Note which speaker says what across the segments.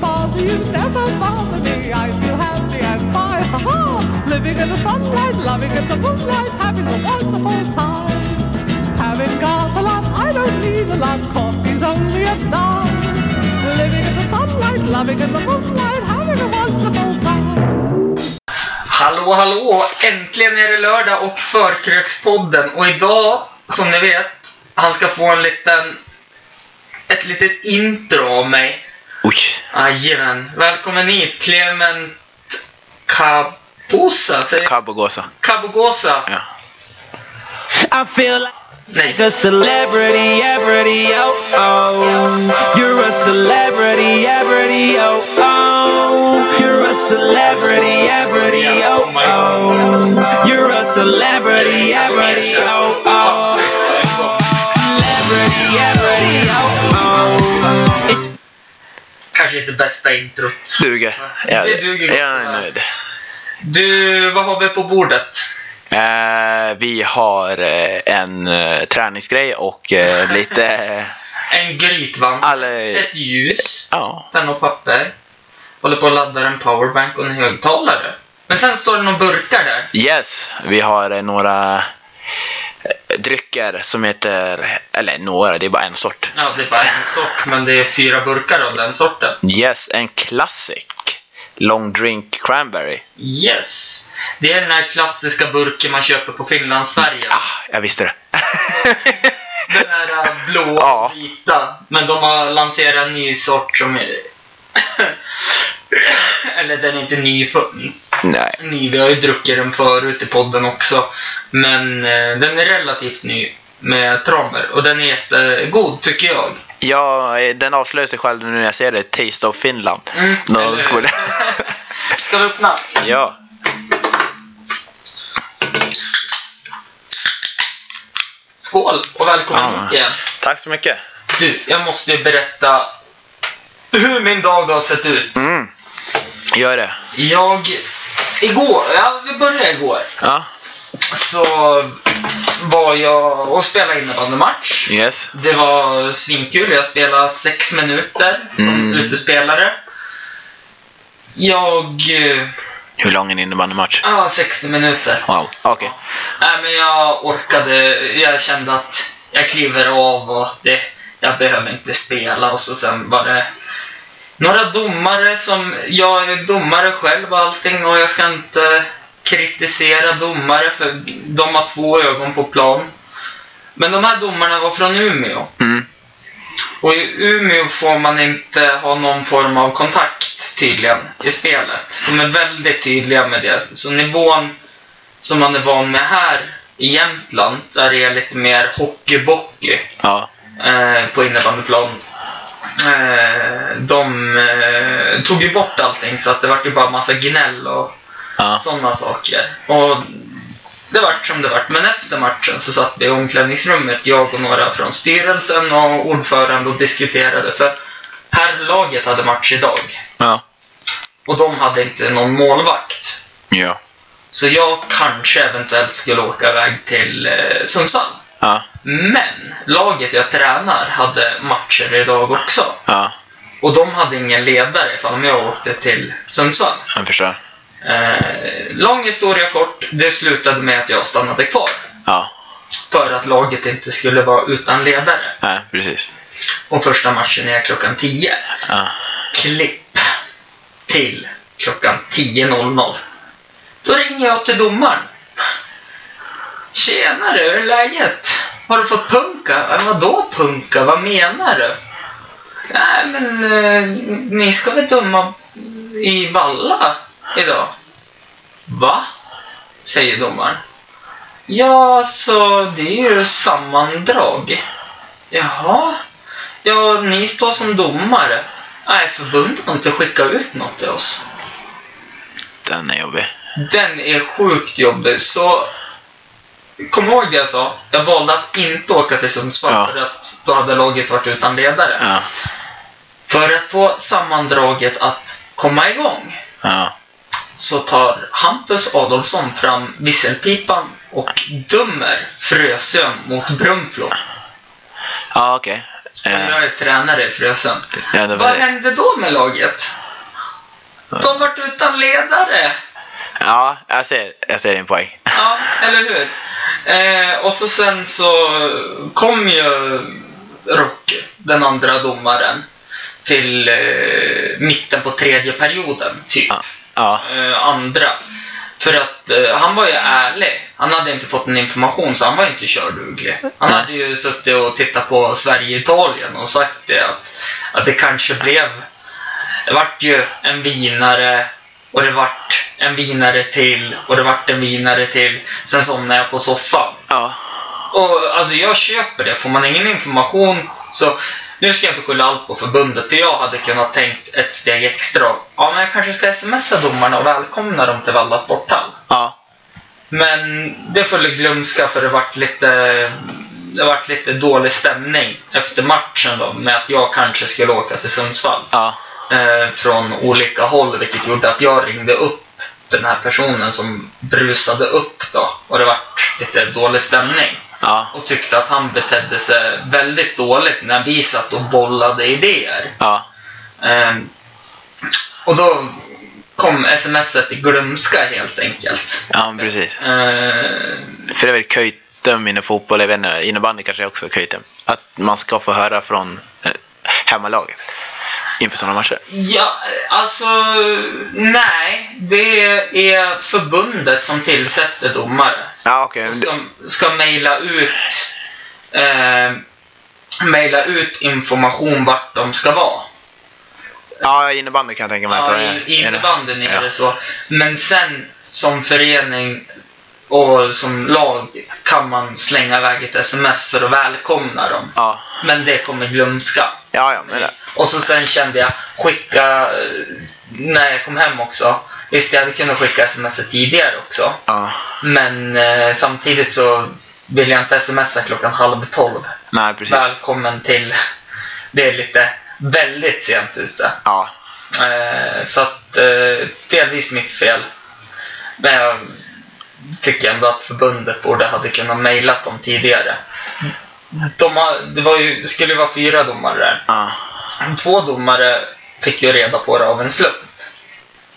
Speaker 1: Dreams never bother me. I feel happy and fine. Ha ha! Living in the sunlight, loving in the moonlight, having a wonderful time. Having got a lot, I don't need a lot. Coffee's only a dime. Living in the sunlight, loving in the moonlight, having a wonderful time.
Speaker 2: Hallå, hallå! Äntligen är det lördag och Förkrökspodden. Och idag, som ni vet, han ska få en liten... Ett litet intro av mig.
Speaker 3: Oj!
Speaker 2: Jajamän. Välkommen hit, Clement Kaposa, säger
Speaker 3: Kabogosa.
Speaker 2: Kabogosa.
Speaker 3: Ja. I feel like
Speaker 2: Nej.
Speaker 3: a celebrity, everybody, oh oh. You're a celebrity, everybody, oh oh. You're a celebrity, everybody, oh oh. You're a celebrity, everybody, oh oh. Celebrity, everybody, oh oh. It's-
Speaker 2: Kanske inte bästa introt.
Speaker 3: Duger. Jag,
Speaker 2: Det duger gott.
Speaker 3: jag är nöjd.
Speaker 2: Du, vad har vi på bordet?
Speaker 3: Eh, vi har eh, en eh, träningsgrej och eh, lite... Eh,
Speaker 2: En grytvamp.
Speaker 3: alla,
Speaker 2: Ett ljus.
Speaker 3: ja,
Speaker 2: Penna och papper. Håller på att ladda en powerbank och en högtalare. Men sen står det några burkar där.
Speaker 3: yes, vi har eh, några eh, drycker som heter... Eller några, det är bara en sort.
Speaker 2: Ja, det är bara en sort, men det är fyra burkar av den sorten.
Speaker 3: Yes, en classic. Long drink cranberry.
Speaker 2: Yes. Det är den här klassiska burken man köper på Finlandsfärjan.
Speaker 3: Ah, jag visste det.
Speaker 2: Den här äh, blå
Speaker 3: Ja.
Speaker 2: och vita. Men de har lanserat en ny sort som är... Eller den är inte ny, för...
Speaker 3: Nej.
Speaker 2: ny. Vi har ju druckit den förut i podden också. Men eh, den är relativt ny med tromber. Och den är jättegod tycker jag.
Speaker 3: Ja, eh, den avslöjar sig själv nu när jag ser det. Taste of Finland.
Speaker 2: Mm,
Speaker 3: Nå,
Speaker 2: eller hur?
Speaker 3: skulle-
Speaker 2: Ska vi öppna?
Speaker 3: Ja.
Speaker 2: Skål och välkommen
Speaker 3: Ja.
Speaker 2: hit igen.
Speaker 3: Tack så mycket.
Speaker 2: Du, jag måste ju berätta hur min dag har sett ut.
Speaker 3: Mm. Gör det.
Speaker 2: Jag... Igår, ja vi började igår,
Speaker 3: Ja.
Speaker 2: så var jag och spelade innebandymatch.
Speaker 3: Yes.
Speaker 2: Det var svinkul. Jag spelade sex minuter som
Speaker 3: Mm.
Speaker 2: utespelare. Jag... eh,
Speaker 3: Hur lång är en innebandymatch?
Speaker 2: Ja, 60 minuter.
Speaker 3: Wow. Okej.
Speaker 2: Nej, men jag orkade. Jag kände att jag kliver av och det, jag behöver inte spela. Och så sen var det några domare som... Jag är domare själv och allting och jag ska inte kritisera domare för de har två ögon på plan. Men de här domarna var från Umeå.
Speaker 3: Mm.
Speaker 2: Och i Umeå får man inte ha någon form av kontakt tydligen i spelet. De är väldigt tydliga med det. Så nivån som man är van med här i Jämtland, där det är lite mer hockeybockey
Speaker 3: Ja.
Speaker 2: eh, på innebandyplan. Eh, de eh, tog ju bort allting så att det vart ju bara massa gnäll och
Speaker 3: Ja.
Speaker 2: sådana saker. Och det vart som det vart. Men efter matchen så satt vi i omklädningsrummet, jag och några från styrelsen och ordförande och diskuterade. För herrlaget hade match idag
Speaker 3: Ja.
Speaker 2: och de hade inte någon målvakt.
Speaker 3: Ja.
Speaker 2: Så jag kanske eventuellt skulle åka iväg till eh, Sundsvall.
Speaker 3: Ja.
Speaker 2: Men laget jag tränar hade matcher idag också.
Speaker 3: Ja.
Speaker 2: Och de hade ingen ledare ifall jag åkte till Sundsvall.
Speaker 3: Jag förstår.
Speaker 2: Eh, lång historia kort, det slutade med att jag stannade kvar.
Speaker 3: Ja.
Speaker 2: För att laget inte skulle vara utan ledare.
Speaker 3: Ja, precis.
Speaker 2: Och första matchen är klockan 10.
Speaker 3: Ja.
Speaker 2: Klipp till klockan 10.00. Då ringer jag till domaren. Tjenare, hur är läget? Har du fått punka? "Ja, Vadå punka? Vad menar du? Nej, men eh, ni ska väl döma i Valla idag? Va? Säger domaren. Ja, så det är ju sammandrag. Jaha? Ja, ni står som domare. Nej, förbundet har inte skickat ut något till oss.
Speaker 3: Den är jobbig.
Speaker 2: Den är sjukt jobbig, så kom ihåg det jag sa. Jag valde att inte åka till Sundsvall
Speaker 3: Ja.
Speaker 2: för att då hade laget varit utan ledare.
Speaker 3: Ja.
Speaker 2: För att få sammandraget att komma igång
Speaker 3: Ja.
Speaker 2: så tar Hampus Adolfsson fram visselpipan och dömer Frösön mot Brunflo.
Speaker 3: Ja, okej.
Speaker 2: Och
Speaker 3: Eh,
Speaker 2: Jag är tränare i Frösön.
Speaker 3: Ja, det
Speaker 2: Vad
Speaker 3: var det.
Speaker 2: hände då med laget? De vart utan ledare!
Speaker 4: Ja, jag ser, jag ser din poäng.
Speaker 2: Ja, eller hur? Eh, och så sen så kom ju Rocky, den andra domaren, till eh, mitten på tredje perioden, typ.
Speaker 4: Ja. ja.
Speaker 2: Eh, andra. För att eh, han var ju ärlig. Han hade inte fått någon information så han var inte körduglig. Han
Speaker 4: Nej.
Speaker 2: hade ju suttit och tittat på Sverige-Italien och sagt det att, att det kanske blev... Det vart ju en vinare och det vart en vinare till och det vart en vinare till. Sen somnade jag på soffan.
Speaker 4: ja.
Speaker 2: Och alltså jag köper det. Får man ingen information så... Nu ska jag inte skylla allt på förbundet, för jag hade kunnat tänkt ett steg extra. Ja, men jag kanske ska smsa domarna och välkomna dem till Valla sporthall.
Speaker 4: Ja.
Speaker 2: Men det föll i glömska för det vart lite... Det vart lite dålig stämning efter matchen då, med att jag kanske skulle åka till Sundsvall
Speaker 4: Ja.
Speaker 2: eh, från olika håll vilket gjorde att jag ringde upp den här personen som brusade upp då och det vart lite dålig stämning
Speaker 4: Ja.
Speaker 2: och tyckte att han betedde sig väldigt dåligt när vi satt och bollade idéer.
Speaker 4: Ja.
Speaker 2: Ehm, och då kom smset i glömska helt enkelt.
Speaker 4: Ja, men precis.
Speaker 2: Ehm,
Speaker 4: För det är väl köjtem inom fotboll, jag vet inte, innebandy kanske är också köjtem. Att man ska få höra från eh, hemmalaget inför sådana matcher.
Speaker 2: ja, alltså nej. Det är förbundet som tillsätter domare.
Speaker 4: Ja,
Speaker 2: Och
Speaker 4: okej. men
Speaker 2: ska,
Speaker 4: det-
Speaker 2: ska mejla ut eh, mejla ut information vart de ska vara.
Speaker 4: Ja, innebandy kan jag tänka mig att
Speaker 2: Ja,
Speaker 4: det
Speaker 2: i
Speaker 4: är-
Speaker 2: i innebandyn är
Speaker 4: ja.
Speaker 2: det så. Men sen som förening och som lag kan man slänga iväg ett sms för att välkomna dem.
Speaker 4: Ja.
Speaker 2: Men det kommer glömska.
Speaker 4: Ja, ja, men det.
Speaker 2: Och så sen kände jag, skicka, eh, när jag kom hem också. Visst, jag hade kunnat skicka sms tidigare också.
Speaker 4: Ja.
Speaker 2: Men eh, samtidigt så vill jag inte smsa klockan halv tolv.
Speaker 4: Nej, precis.
Speaker 2: Välkommen till... Det är lite väldigt sent ute.
Speaker 4: Ja.
Speaker 2: Eh, så att eh, delvis mitt fel. Men jag tycker ändå att förbundet borde hade kunnat mejlat dem tidigare. De har, det var ju, skulle ju vara fyra domare där.
Speaker 4: Ja.
Speaker 2: Två domare fick ju reda på det av en slump.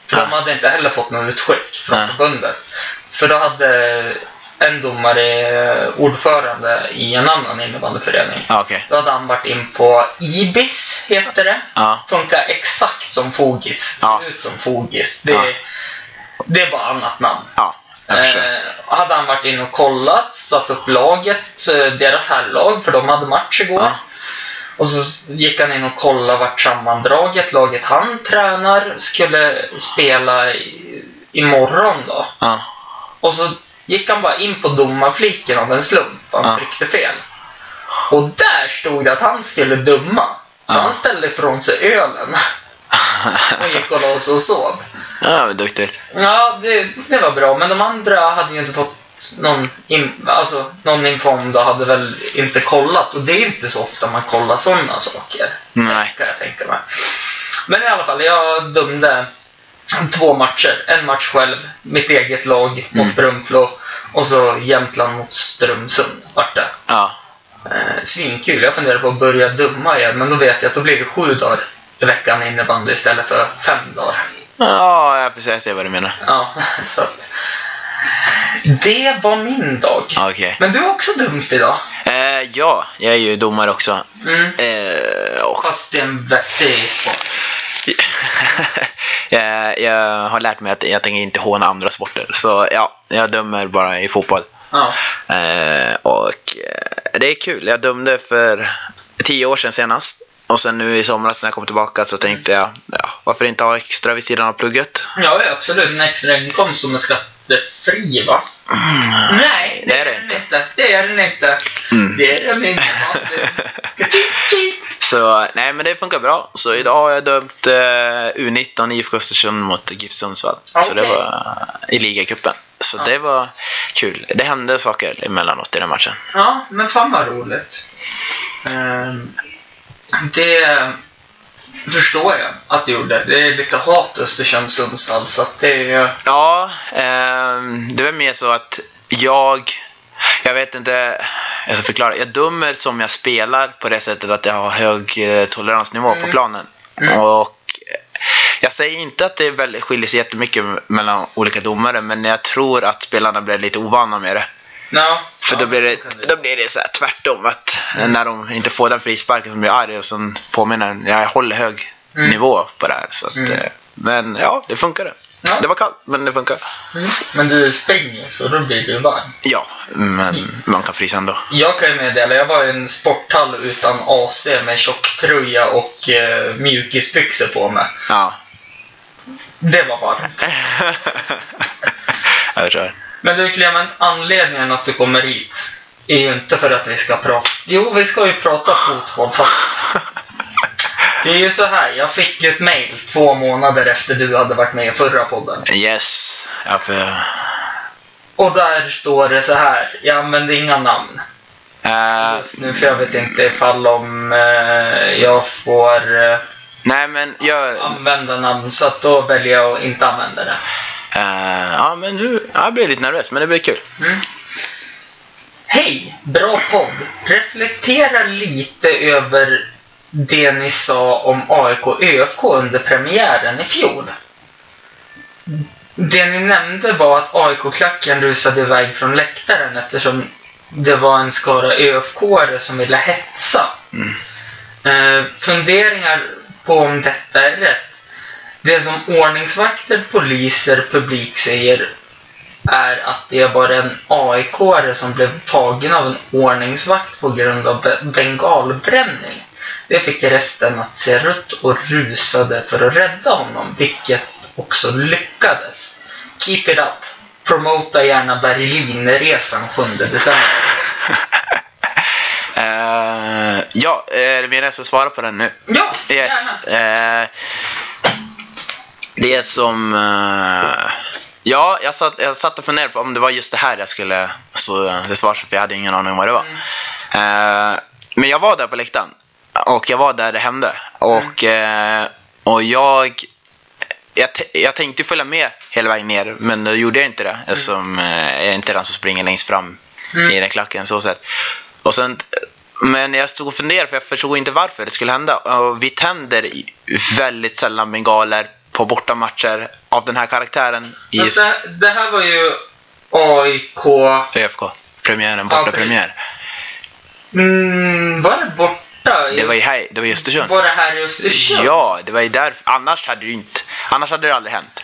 Speaker 2: De
Speaker 4: Ja.
Speaker 2: hade inte heller fått något utskick från
Speaker 4: Nej.
Speaker 2: förbundet. För då hade en domare eh, ordförande i en annan innebandyförening.
Speaker 4: Ja, okej.
Speaker 2: Då hade han varit in på IBIS, heter det.
Speaker 4: Ja.
Speaker 2: Funkar exakt som Fogis. Ser
Speaker 4: Ja.
Speaker 2: ut som Fogis. Det,
Speaker 4: Ja.
Speaker 2: det är bara annat namn.
Speaker 4: Ja. Jag förstår.
Speaker 2: Eh, hade han varit in och kollat, satt upp laget, eh, deras herrlag, för de hade match igår.
Speaker 4: Ja.
Speaker 2: Och så gick han in och kollade vart sammandraget, laget han tränar, skulle spela i, imorgon då.
Speaker 4: Ja.
Speaker 2: Och så gick han bara in på domarfliken av en slump, för han
Speaker 4: Ja.
Speaker 2: tryckte fel. Och där stod det att han skulle döma. Så
Speaker 4: Ja.
Speaker 2: han ställde ifrån sig ölen och gick och la sig och sov.
Speaker 4: Ja, men duktigt.
Speaker 2: Ja, det, det var bra. Men de andra hade ju inte fått någon, in, alltså, någon info om det, hade väl inte kollat. Och det är inte så ofta man kollar sådana saker,
Speaker 4: Nej.
Speaker 2: kan jag tänka mig. Men i alla fall, jag dömde två matcher. En match själv, mitt eget lag mot
Speaker 4: Mm.
Speaker 2: Brunflo och så Jämtland mot Strömsund vart det.
Speaker 4: Ja.
Speaker 2: Eh, svinkul. Jag funderar på att börja döma igen, men då vet jag att då blir det sju dagar i veckan innebandy istället för fem dagar.
Speaker 4: Ja, jag förstår. Jag ser vad du menar.
Speaker 2: Ja, så att... Det var min dag.
Speaker 4: Ja, Okej.
Speaker 2: Men du har också dumt idag.
Speaker 4: Eh, ja, jag är ju domare också.
Speaker 2: Mm.
Speaker 4: Eh, och
Speaker 2: Fast det är en vettig sport.
Speaker 4: jag, jag har lärt mig att jag tänker inte håna andra sporter. Så ja, jag dömer bara i fotboll.
Speaker 2: Ja.
Speaker 4: Eh, och eh, det är kul. Jag dömde för tio år sedan senast. Och sen nu i somras när jag kom tillbaka så tänkte jag, ja, varför inte ha extra vid sidan av plugget?
Speaker 2: ja, ja, absolut. En extra inkomst som är skattefri, va? Nej,
Speaker 4: Mm. det är det
Speaker 2: den
Speaker 4: inte.
Speaker 2: Det är den inte.
Speaker 4: Mm.
Speaker 2: Det är den inte. va?
Speaker 4: Så nej, men det funkar bra. Så idag har jag dömt eh, U19 IFK Östersund mot GIF Sundsvall. Så det
Speaker 2: Okej.
Speaker 4: var i ligacupen. Så
Speaker 2: Ja.
Speaker 4: det var kul. Det hände saker emellanåt i den matchen.
Speaker 2: Ja, men fan vad roligt. Ehm, det förstår jag att du gjorde. Det är lite hat Östersund-Sundsvall, så att det är ju...
Speaker 4: Ja, ehm, det var mer så att jag... Jag vet inte, jag ska förklara. Jag dömer som jag spelar på det sättet att jag har hög eh, toleransnivå på
Speaker 2: Mm.
Speaker 4: planen.
Speaker 2: Mm.
Speaker 4: Och eh, Jag säger inte att det väl skiljer sig jättemycket mellan olika domare, men jag tror att spelarna blev lite ovana med det.
Speaker 2: Ja.
Speaker 4: För
Speaker 2: ja,
Speaker 4: då blir
Speaker 2: så
Speaker 4: det,
Speaker 2: kan ju-
Speaker 4: då blir det så här tvärtom. Att när de inte får den frisparken så blir jag arg och sen påminner jag, jag håller hög
Speaker 2: Mm.
Speaker 4: nivå på det här. Så att,
Speaker 2: Mm.
Speaker 4: eh, Men ja, det funkade.
Speaker 2: Ja.
Speaker 4: Det var kallt, men det funkar.
Speaker 2: Mm. Men du springer så då blir du varm.
Speaker 4: Ja, men man kan frysa ändå.
Speaker 2: Jag kan ju meddela, jag var i en sporthall utan AC med tjocktröja och eh, mjukisbyxor på mig.
Speaker 4: Ja.
Speaker 2: Det var varmt.
Speaker 4: jag förstår.
Speaker 2: Men du Clement, anledningen att du kommer hit är ju inte för att vi ska prata... Jo, vi ska ju prata fotboll fast... Det är ju så här, jag fick ju ett mail två månader efter du hade varit med i förra podden.
Speaker 4: Yes. Ja, för,
Speaker 2: Och där står det så här, jag använder inga namn.
Speaker 4: eh,
Speaker 2: Just nu för jag vet inte ifall om eh, jag får eh,
Speaker 4: nej, men jag...
Speaker 2: använda namn så att då väljer jag att inte använda det.
Speaker 4: eh, ja, men nu, ja, jag blir lite nervös, men det blir kul.
Speaker 2: Mm. Hej! Bra podd! Reflektera lite över det ni sa om AIK och ÖFK under premiären i fjol. Det ni nämnde var att AIK-klacken rusade iväg från läktaren eftersom det var en skara ÖFK-are som ville hetsa. Eh, funderingar på om detta är rätt. Det som ordningsvakter, poliser, publik säger är att det var en AIK-are som blev tagen av en ordningsvakt på grund av be- bengalbränning. Det fick resten att se rött och rusade för att rädda honom, vilket också lyckades. Keep it up! Promota gärna Berlinresan 7 december.
Speaker 4: Eh, ja, är det meningen att jag ska svara på den nu?
Speaker 2: Ja,
Speaker 4: Yes.
Speaker 2: gärna!
Speaker 4: Eh, det är som... Eh, ja, jag satt, jag satt och funderade på om det var just det här jag skulle... Så eh, det svarade för jag hade ingen aning om vad det var. Eh, men jag var där på läktaren. Och jag var där det hände. Och, eh, och jag... Jag, t- jag tänkte följa med hela vägen ner, men då gjorde jag inte det eftersom eh, jag är inte den som springer längst fram
Speaker 2: Mm.
Speaker 4: i den klacken. Så sett. Och sen, men jag stod och funderade för jag förstod inte varför det skulle hända. Och vi tänder i- väldigt sällan bengaler på bortamatcher av den här karaktären i
Speaker 2: Men det, det här var ju AIK...
Speaker 4: ÖFK. Premiären,
Speaker 2: Ja,
Speaker 4: bortapremiär.
Speaker 2: Mm, var det borta?
Speaker 4: Det var ju här, det var i Östersund.
Speaker 2: Var det här i Östersund?
Speaker 4: Ja, det var ju där. Annars hade det ju inte, annars hade det aldrig hänt.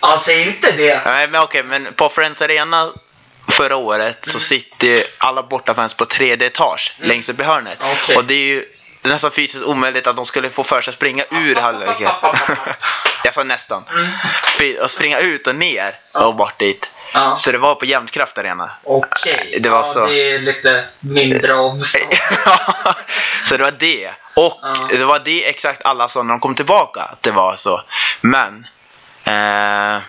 Speaker 2: Ja, säg Alltså, inte det.
Speaker 4: Nej, men okej, men på Friends Arena förra året
Speaker 2: Mm.
Speaker 4: så sitter ju alla bortafans på tredje etage längst upp i hörnet.
Speaker 2: Okej.
Speaker 4: Och det är ju nästan fysiskt omöjligt att de skulle få för sig att springa ur halvleken. Jag sa nästan.
Speaker 2: Mm.
Speaker 4: Fy- Att springa ut och ner och bort dit.
Speaker 2: Ja.
Speaker 4: Så det var på Jämtkraft Arena.
Speaker 2: Okej.
Speaker 4: Eh, Det var
Speaker 2: ja,
Speaker 4: så. Eh,
Speaker 2: Det är lite mindre avstånd.
Speaker 4: så det var det. Och
Speaker 2: Ja.
Speaker 4: det var det exakt alla sa när de kom tillbaka, att det var så. Men... Eh,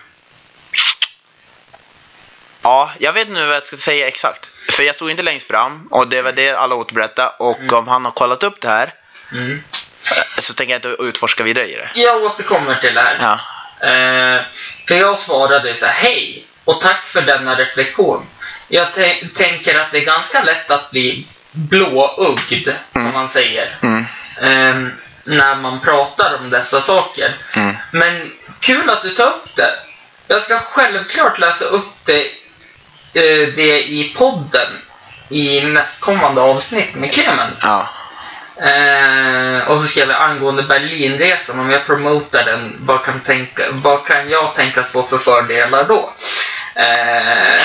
Speaker 4: ja, jag vet nu vad jag ska säga exakt. För jag stod inte längst fram och det var det alla återberättade. Och om han har kollat upp det här
Speaker 2: Mm.
Speaker 4: så tänker jag inte utforska vidare i det.
Speaker 2: Jag återkommer till det här.
Speaker 4: Ja.
Speaker 2: Eh, för jag svarade så här, hej och tack för denna reflektion. Jag tän- tänker att det är ganska lätt att bli blåögd, som man säger,
Speaker 4: Mm,
Speaker 2: eh, när man pratar om dessa saker.
Speaker 4: mm.
Speaker 2: Men kul att du tar upp det. Jag ska självklart läsa upp det, eh, det i podden i nästkommande avsnitt med Clement.
Speaker 4: Ja.
Speaker 2: Eh, och så skrev jag angående Berlinresan, om jag promotar den, vad kan, tänka, vad kan jag tänkas få för fördelar då? Eh,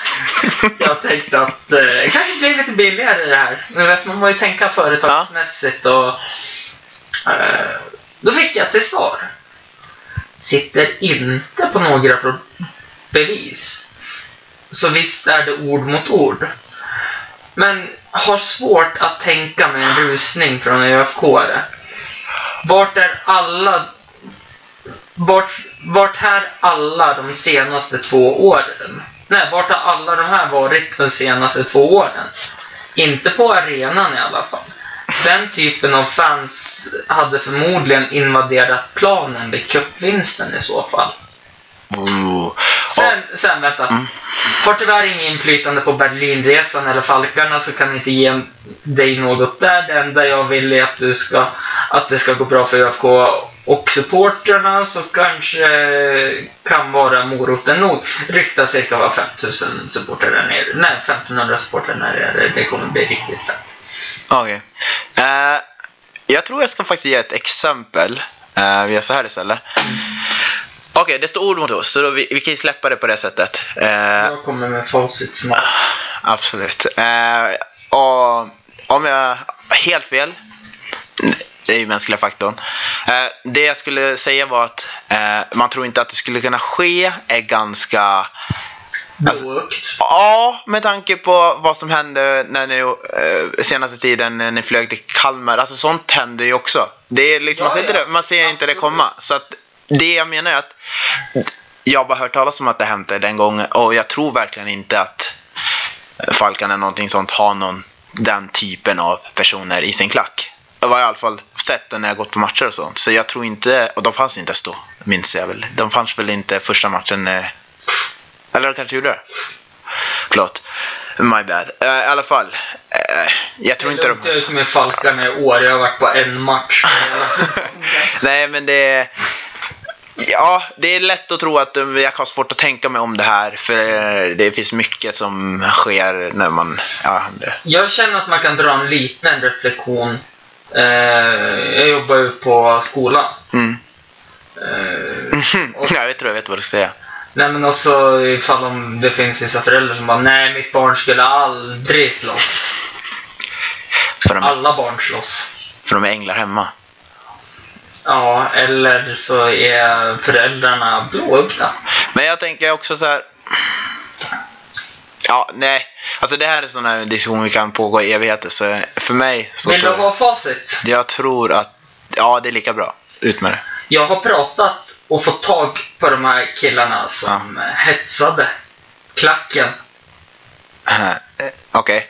Speaker 2: jag tänkte att eh, det kanske blir lite billigare det här. Nu vet man vad ju tänka företagsmässigt och... Eh, då fick jag till svar. Sitter inte på några pro- bevis. Så visst är det ord mot ord. Men har svårt att tänka mig en rusning från ÖFK. -are. Vart är alla... Vart, vart här alla de senaste två åren? Nej, vart har alla de här varit de senaste två åren? Inte på arenan i alla fall. Den typen av fans hade förmodligen invaderat planen vid cupvinsten i så fall.
Speaker 4: Ooh.
Speaker 2: Sen, sen vänta.
Speaker 4: Mm.
Speaker 2: Har tyvärr inget inflytande på Berlinresan eller Falkarna så kan inte ge dig något där. Det enda jag vill är att, du ska, att det ska gå bra för ÖFK Och supportrarna så kanske kan vara moroten nog. Ryktar cirka vara 5000 supportrar där nere. Nej, 1500 supportrar där nere. Det kommer bli riktigt fett.
Speaker 4: Okej. Eh, jag tror jag ska faktiskt ge ett exempel. Eh, vi gör så här istället. Okej, det står ord mot ord, så då vi, vi kan ju släppa det på det sättet. Eh,
Speaker 2: Jag kommer med facit snart.
Speaker 4: Absolut. Eh, och om jag helt fel, det är ju mänskliga faktorn. Eh, det jag skulle säga var att eh, man tror inte att det skulle kunna ske är ganska... Alltså-
Speaker 2: Blåögt.
Speaker 4: Ja, med tanke på vad som hände när ni, eh, senaste tiden när ni flög till Kalmar. Alltså sånt händer ju också. Det är liksom, man
Speaker 2: Ja,
Speaker 4: ser, inte,
Speaker 2: ja.
Speaker 4: det, man ser inte det
Speaker 2: Absolut.
Speaker 4: komma. Så att det jag menar är att jag har bara hört talas om att det hände den gången och jag tror verkligen inte att Falkan eller någonting sånt har någon den typen av personer i sin klack. Jag har i alla fall sett den när jag gått på matcher och sånt. Så jag tror inte, och de fanns inte ens då, minns jag väl. De fanns väl inte första matchen. Eh, eller de kanske gjorde det. Förlåt. My bad. Eh, I alla fall. eh, jag tror
Speaker 2: Jag
Speaker 4: inte de...
Speaker 2: har ut med Falkarna i år. Jag har varit på en match. Alltså,
Speaker 4: Nej, men det... Ja, det är lätt att tro att eh, jag har svårt att tänka mig om det här. För det finns mycket som sker när man... Ja, det.
Speaker 2: Jag känner att man kan dra en liten reflektion. Eh, jag jobbar ju på skolan.
Speaker 4: Mm.
Speaker 2: Eh,
Speaker 4: Mm-hmm. Ja, jag tror jag vet vad du ska säga.
Speaker 2: nej men också ifall om det finns vissa föräldrar som bara nej mitt barn skulle aldrig slåss.
Speaker 4: För de,
Speaker 2: Alla barn slåss.
Speaker 4: för de är änglar hemma.
Speaker 2: Ja, eller så är föräldrarna blåögda.
Speaker 4: Men jag tänker också så här... Ja, nej. Alltså det här är sådana diskussioner vi kan pågå i evigheter. Så för mig så...
Speaker 2: Vill du
Speaker 4: tror-
Speaker 2: ha facit?
Speaker 4: Jag tror att... Ja, det är lika bra. Ut med det.
Speaker 2: Jag har pratat och fått tag på de här killarna som eh, hetsade klacken.
Speaker 4: Eh, Okej.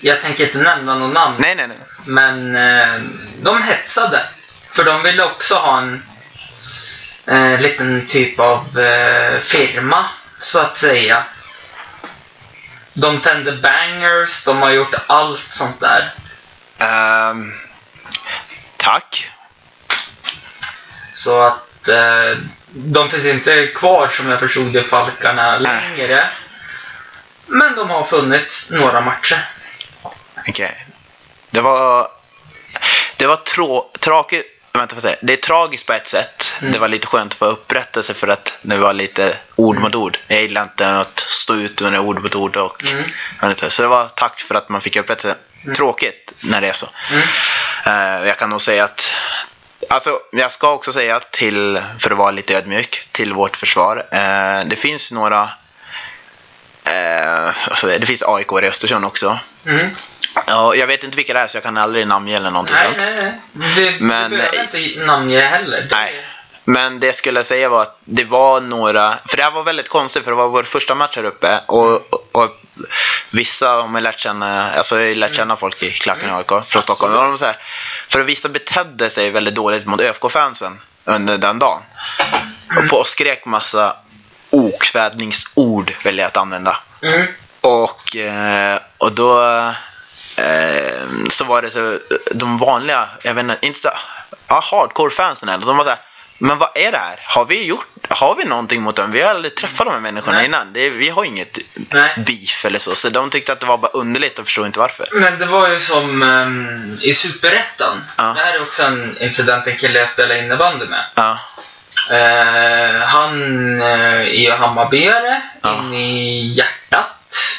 Speaker 2: Jag tänker inte nämna någon namn.
Speaker 4: Nej, nej, nej.
Speaker 2: Men eh, de hetsade. För de ville också ha en eh, liten typ av eh, firma, så att säga. De tände bangers, de har gjort allt sånt där.
Speaker 4: Ehm, tack.
Speaker 2: Så att eh, de finns inte kvar som jag förstod det, Falkarna,
Speaker 4: Nej.
Speaker 2: längre. Men de har funnits några matcher.
Speaker 4: Okej. Det var... Det var trå, tråkigt. Vänta, vad säger jag? Det är tragiskt på ett sätt.
Speaker 2: Mm.
Speaker 4: Det var lite skönt att få upprättelse för att det var lite ord mot ord. Jag gillar inte att stå ut under ord mot ord. Och,
Speaker 2: Mm.
Speaker 4: Jag vet inte. Så det var tack för att man fick upprättelse. Tråkigt när det är så.
Speaker 2: Mm.
Speaker 4: Eh, jag kan nog säga att Alltså, jag ska också säga till, för att vara lite ödmjuk, till vårt försvar. Eh, det finns några... Eh, alltså, det finns AIK i Östersund också.
Speaker 2: Mm.
Speaker 4: Ja, jag vet inte vilka det är så jag kan aldrig namnge eller någonting
Speaker 2: Nej,
Speaker 4: sånt.
Speaker 2: nej, nej. Det,
Speaker 4: Men- eh,
Speaker 2: du behöver inte namnge heller. Det-
Speaker 4: Nej. Men det jag skulle säga var att det var några, för det här var väldigt konstigt för det var vår första match här uppe och, och, och vissa har man lärt känna, alltså jag har ju lärt känna folk i klacken i AIK från Stockholm. Och de så här, för vissa betedde sig väldigt dåligt mot ÖFK-fansen under den dagen. Och på och skrek massa okvädningsord väljer jag att använda.
Speaker 2: Mm.
Speaker 4: Och, eh, och då eh, så var det så, de vanliga, jag vet inte, inte så, ja, hardcore-fansen eller de var så här, men vad är det här? Har vi gjort, har vi någonting mot dem? Vi har aldrig träffat de här människorna
Speaker 2: Nej.
Speaker 4: innan. Det, vi har inget
Speaker 2: Nej.
Speaker 4: beef eller så. Så de tyckte att det var bara underligt och förstod inte varför.
Speaker 2: Men det var ju som ehm, i Superettan.
Speaker 4: Ja.
Speaker 2: Det här är också en incident en kille jag spelar innebandy med.
Speaker 4: Ja,
Speaker 2: Eh, han eh, är ju hammarbyare
Speaker 4: Ja.
Speaker 2: in i hjärtat.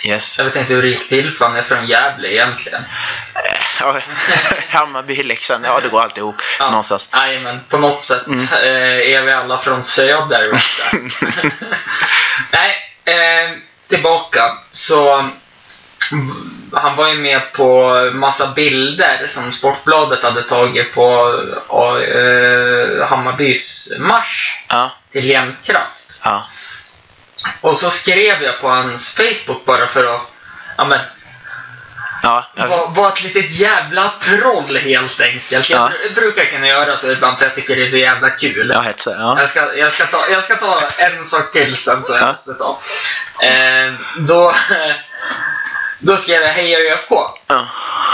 Speaker 4: yes.
Speaker 2: Jag vet inte hur det gick till för han är från Gävle egentligen.
Speaker 4: Ja, Hammarby, Leksand, ja det går alltid ihop
Speaker 2: Ja.
Speaker 4: någonstans.
Speaker 2: Nej, men på något sätt
Speaker 4: Mm.
Speaker 2: eh, är vi alla från söder. ute. Nej, eh, tillbaka. Så mm, han var ju med på massa bilder som Sportbladet hade tagit på eh, Hammarbys marsch
Speaker 4: Ja,
Speaker 2: till Jämtkraft.
Speaker 4: ja,
Speaker 2: Och så skrev jag på hans Facebook bara för att ja, men,
Speaker 4: ja.
Speaker 2: var, var ett litet jävla troll helt enkelt. Jag
Speaker 4: Ja.
Speaker 2: br- brukar kunna göra så ibland för jag tycker det är så jävla kul.
Speaker 4: Jag hetsar, ja.
Speaker 2: Jag ska, jag, ska ta, jag ska ta en sak till sen så jag
Speaker 4: Ja.
Speaker 2: måste ta. Eh, då, Då skrev jag Heja ÖFK.
Speaker 4: Ja.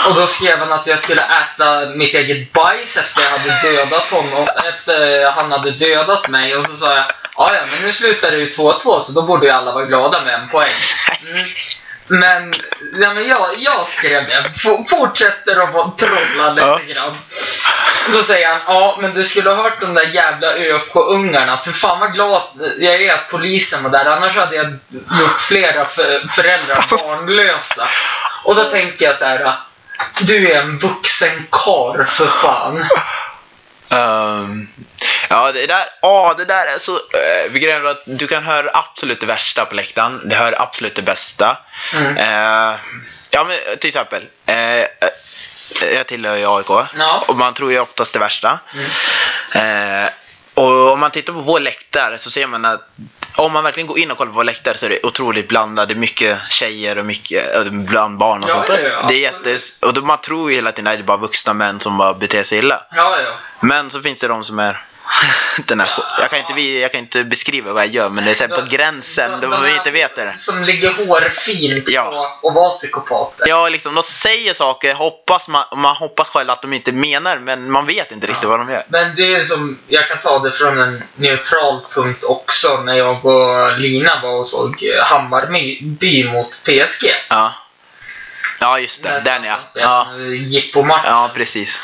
Speaker 2: Och då skrev han att jag skulle äta mitt eget bajs efter jag hade dödat honom. Efter han hade dödat mig. Och så sa jag, "Ja, ja, men nu slutar det ju 2-2 så då borde ju alla vara glada med en poäng. Mm. Men, ja, men jag, jag skrev det. F- fortsätter att vara trollad lite
Speaker 4: Ja.
Speaker 2: grann. Då säger han, ja men du skulle ha hört de där jävla ÖFK-ungarna. För fan vad glad jag är att polisen var där. Annars hade jag gjort flera för- föräldrar barnlösa. Och då tänker jag så här. Du är en vuxen karl för fan.
Speaker 4: Ehm, ja, det där, åh, det där är så... Uh, vi grejen är att du kan höra absolut det värsta på läktaren. Du hör absolut det bästa.
Speaker 2: Mm.
Speaker 4: Eh, ja, men till exempel. eh, eh, jag tillhör ju AIK.
Speaker 2: Ja.
Speaker 4: Och man tror ju oftast det värsta.
Speaker 2: Mm.
Speaker 4: Eh, och om man tittar på vår läktare så ser man att om man verkligen går in och kollar på vår läktare så är det otroligt blandat. Det är mycket tjejer och mycket eh, bland barn och
Speaker 2: Ja,
Speaker 4: sånt.
Speaker 2: ja, ja,
Speaker 4: det är
Speaker 2: absolut.
Speaker 4: jättes... Och då man tror ju hela tiden att det är bara vuxna män som bara beter sig illa.
Speaker 2: Ja, ja.
Speaker 4: Men så finns det de som är den här, jag, kan inte, vi- jag kan inte beskriva vad jag gör men det är så här på gränsen då
Speaker 2: De- de
Speaker 4: vi
Speaker 2: här
Speaker 4: inte vet det.
Speaker 2: Som ligger hårfint
Speaker 4: Ja.
Speaker 2: på att vara psykopater.
Speaker 4: Ja, liksom, de säger saker, hoppas man, man hoppas själv att de inte menar men man vet inte riktigt vad de gör.
Speaker 2: Men det är som, jag kan ta det från en neutral punkt också. När jag och Lina var och såg eh, Hammarby mot PSG.
Speaker 4: Ja, ja just det. Den ja. ja.
Speaker 2: Jippo-match.
Speaker 4: Ja, precis.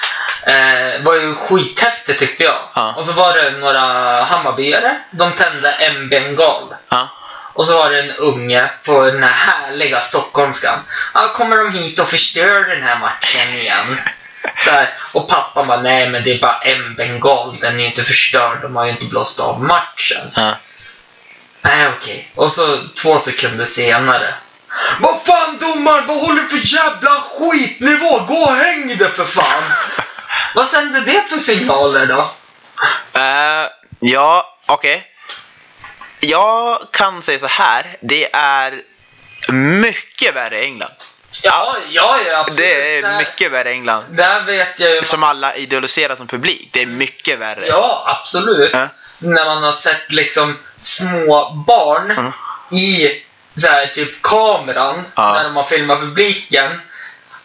Speaker 2: Eh, var ju skithäftigt tyckte jag.
Speaker 4: Ja.
Speaker 2: Och så var det några Hammarbyare. De tände en bengal.
Speaker 4: Ja.
Speaker 2: Och så var det en unge på den här härliga stockholmskan. Ja, kommer de hit och förstör den här matchen igen? Så här. Och pappan bara, nej men det är bara en bengal, den är ju inte förstörd, de har ju inte blåst av matchen.
Speaker 4: Ja.
Speaker 2: Nej okej. Och så två sekunder senare. Vad fan domaren, vad håller du för jävla skitnivå? Gå och häng dig för fan! vad sänder det för signaler då?
Speaker 4: Eh, ja, okej. Jag kan säga så här. Det är mycket värre i England.
Speaker 2: Ja, ja, ja absolut.
Speaker 4: Det är
Speaker 2: Där-
Speaker 4: mycket värre i England.
Speaker 2: Där vet jag ju
Speaker 4: Som alla idoliserar som publik. Det är mycket värre.
Speaker 2: Ja, absolut.
Speaker 4: Ja.
Speaker 2: När man har sett liksom små barn
Speaker 4: Mm.
Speaker 2: i så här, typ kameran
Speaker 4: Ja.
Speaker 2: när de har filmat publiken.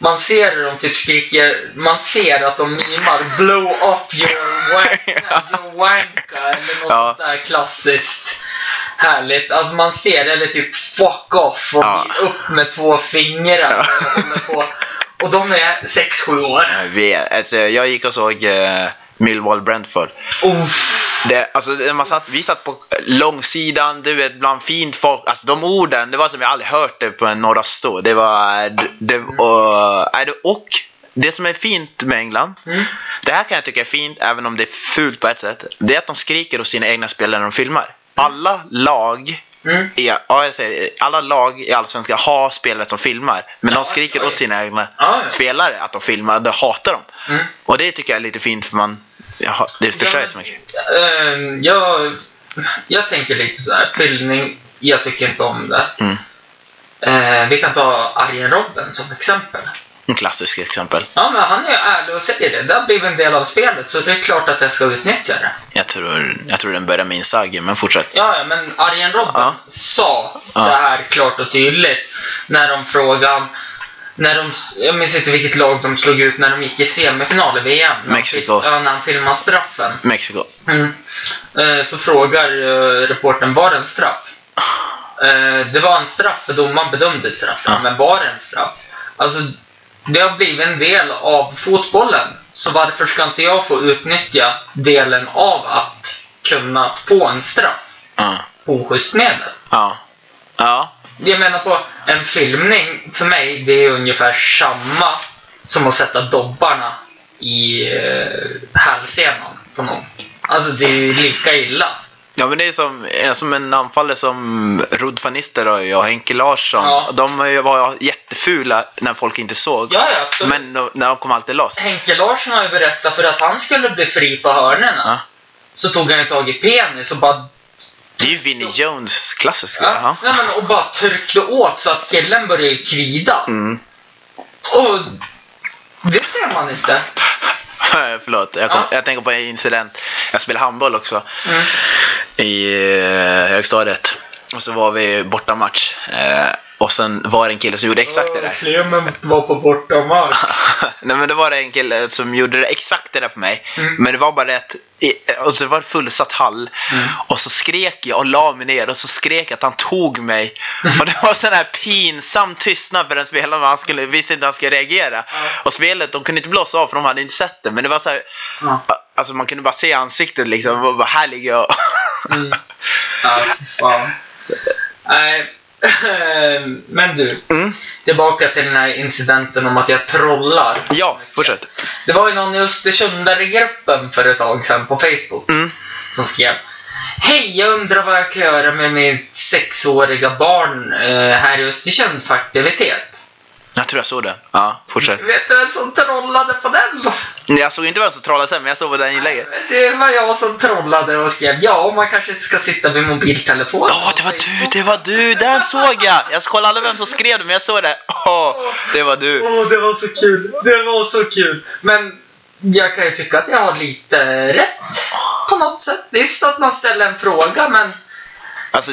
Speaker 2: Man ser hur de typ skriker, man ser att de mimar blow off your, wank, your wanka eller något
Speaker 4: Ja.
Speaker 2: sånt där klassiskt härligt. Alltså man ser det, eller typ fuck off och
Speaker 4: Ja.
Speaker 2: upp med två fingrar.
Speaker 4: Ja.
Speaker 2: Och, på. och de är 6-7 år.
Speaker 4: Vi, alltså, jag gick och såg eh, Millwall Brentford.
Speaker 2: Uff.
Speaker 4: Det, alltså, det- man satt, vi satt på eh, långsidan, du vet, bland fint folk. Alltså, de orden, det var som jag aldrig hört det på en Norra Stå. Det var... eh, Det,
Speaker 2: Mm.
Speaker 4: och, nej, det- och det som är fint med England,
Speaker 2: Mm.
Speaker 4: det här kan jag tycka är fint även om det är fult på ett sätt. Det är att de skriker hos sina egna spelare när de filmar. Alla lag
Speaker 2: Mm.
Speaker 4: är, ja, jag säger, alla lag i Allsvenskan har spelare som filmar. Men
Speaker 2: Ja,
Speaker 4: de skriker
Speaker 2: oj.
Speaker 4: åt sina egna
Speaker 2: Ja, ja.
Speaker 4: spelare att de filmar. Det hatar de.
Speaker 2: Mm.
Speaker 4: Och det tycker jag är lite fint för man, ja, det förstör ju så mycket.
Speaker 2: Ehm, jag, jag tänker lite så här. filmning, jag tycker inte om det.
Speaker 4: Mm.
Speaker 2: Ehm, vi kan ta Arjen Robben som exempel.
Speaker 4: En klassisk exempel.
Speaker 2: Ja, men han är ju ärlig och säger det. Det har blivit en del av spelet, så det är klart att jag ska utnyttja det.
Speaker 4: Jag tror, jag tror den börjar med Inzaghi, men fortsätt.
Speaker 2: Ja, ja, men Arjen Robben
Speaker 4: Ja.
Speaker 2: sa
Speaker 4: Ja.
Speaker 2: det här klart och tydligt när de frågade han- när de, jag minns inte vilket lag de slog ut när de gick i semifinal i VM. När han
Speaker 4: Mexiko.
Speaker 2: fi- Ja, när han filmade straffen.
Speaker 4: Mexiko.
Speaker 2: Mm. Eh, Så frågar eh, reportern var det en straff? Eh, Det var en straff, för domaren bedömde straffen.
Speaker 4: Ja.
Speaker 2: Men var det en straff? Alltså, det har blivit en del av fotbollen. Så varför ska inte jag få utnyttja delen av att kunna få en straff
Speaker 4: Ja.
Speaker 2: på oschysst medel?
Speaker 4: Ja. Ja.
Speaker 2: Jag menar på, en filmning för mig, det är ungefär samma som att sätta dobbarna i eh, hälsenan på någon. Alltså, det är ju lika illa.
Speaker 4: Ja men det är som, är som en anfallare som Rod van Nistelrooy och Henke Larsson.
Speaker 2: Ja.
Speaker 4: De har ju varit jättefula när folk inte såg.
Speaker 2: Ja, ja, absolut.
Speaker 4: men de, när de kom alltid loss.
Speaker 2: Henke Larsson har ju berättat för att han skulle bli fri på hörnerna.
Speaker 4: Ja.
Speaker 2: Så tog han ju tag i penis och bara,
Speaker 4: Det är ju Vinnie Jones klassiska.
Speaker 2: ja.
Speaker 4: Ja.
Speaker 2: nej, men, och bara tryckte åt så att killen började ju kvida.
Speaker 4: Mm.
Speaker 2: Och det ser man inte.
Speaker 4: Förlåt, jag, kom,
Speaker 2: Ja.
Speaker 4: jag tänker på en incident. Jag spelade handboll också.
Speaker 2: Mm.
Speaker 4: i eh, högstadiet. Och så var vi bortamatch. Eh, Och sen var det en kille som gjorde exakt det där.
Speaker 2: Clement var på bortamatch.
Speaker 4: Nej men det var det en kille som gjorde det exakt det där på mig.
Speaker 2: Mm. Mm.
Speaker 4: Men det var bara rätt. Och så var det fullsatt hall. Och så skrek jag och la mig ner och så skrek jag att han tog mig.
Speaker 2: Mm.
Speaker 4: Och det var sån här pinsam tystnad för den spelaren. Han skulle, visste inte hur han skulle reagera. Och spelet, de kunde inte blåsa av för de hade inte sett det. Men det var så här,
Speaker 2: Ja.
Speaker 4: alltså man kunde bara se ansiktet liksom. Och bara, här ligger jag.
Speaker 2: Mm. Ja, fan. Nej. Men du,
Speaker 4: Mm.
Speaker 2: tillbaka till den här incidenten om att jag trollar.
Speaker 4: Ja, fortsätt.
Speaker 2: Det var ju någon i Östersundaregruppen för ett tag sedan på Facebook.
Speaker 4: Mm.
Speaker 2: som skrev Hej, jag undrar vad jag kan göra med mitt sexåriga barn eh, här i Östersund för aktivitet.
Speaker 4: Jag tror jag såg det. Ja, fortsätt.
Speaker 2: Vet du vem som trollade på den då?
Speaker 4: Nej, Jag såg inte vem som trollade sen, men jag såg vad den inlägget.
Speaker 2: Det var jag som trollade och skrev ja, man kanske inte ska sitta vid mobiltelefonen.
Speaker 4: Ja, det var du, det var du, den såg jag! Jag kollade aldrig vem som skrev det, men jag såg det. Åh, det var du.
Speaker 2: Åh, det var så kul. Det var så kul. Men jag kan ju tycka att jag har lite rätt på något sätt. Visst att man ställer en fråga, men
Speaker 4: Alltså,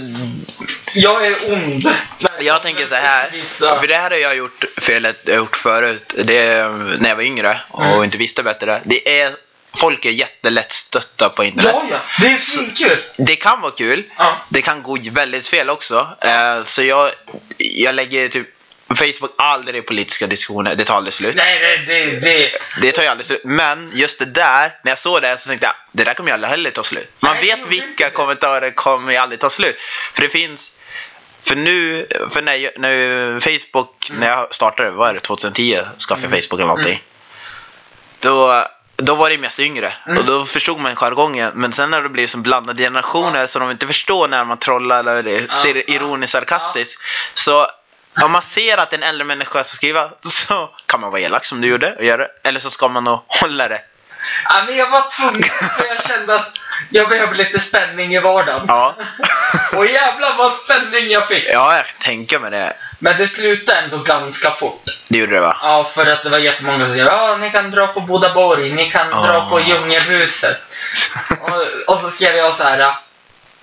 Speaker 2: jag är ond.
Speaker 4: jag tänker så här.
Speaker 2: Vissa-
Speaker 4: För det här har jag gjort felet jag har gjort förut. Det är när jag var yngre
Speaker 2: Mm.
Speaker 4: och inte visste bättre. Det är, folk är jättelätt stötta på internet.
Speaker 2: Ja, ja. Det är svinkul.
Speaker 4: Det kan vara kul.
Speaker 2: Ja.
Speaker 4: Det kan gå väldigt fel också. Eh, Så jag, jag lägger typ Facebook aldrig i politiska diskussioner. Det tar aldrig slut.
Speaker 2: Nej, det, det, det.
Speaker 4: Det tar ju aldrig slut. Men just det där, när jag såg det så tänkte jag det där kommer ju aldrig heller ta slut. Man
Speaker 2: Nej, det
Speaker 4: vet
Speaker 2: gjorde inte
Speaker 4: vilka
Speaker 2: det.
Speaker 4: kommentarer kommer ju aldrig ta slut. För det finns, för nu, för när, jag, när Facebook,
Speaker 2: Mm.
Speaker 4: när jag startade, vad är det, 2010 skaffade jag Facebook eller någonting. Då, då var det mest yngre
Speaker 2: Mm.
Speaker 4: och då förstod man jargongen. Men sen när det blir som blandade generationer så de inte förstår när man trollar eller det,
Speaker 2: ja.
Speaker 4: ser ironiskt sarkastiskt. Så om man ser att en äldre människa ska skriva så kan man vara elak som du gjorde och göra det. Eller så ska man nog hålla det.
Speaker 2: Ja, men jag var tvungen för jag kände att jag behöver lite spänning i vardagen.
Speaker 4: Ja,
Speaker 2: Och jävlar vad spänning jag fick!
Speaker 4: ja jag tänker mig det.
Speaker 2: Men det slutade ändå ganska fort.
Speaker 4: Det gjorde det va?
Speaker 2: Ja, för att det var jättemånga som sa ja, ni kan dra på Bodaborg, ni kan
Speaker 4: Ah.
Speaker 2: dra på Djungelhuset. Och, och så skrev jag så här,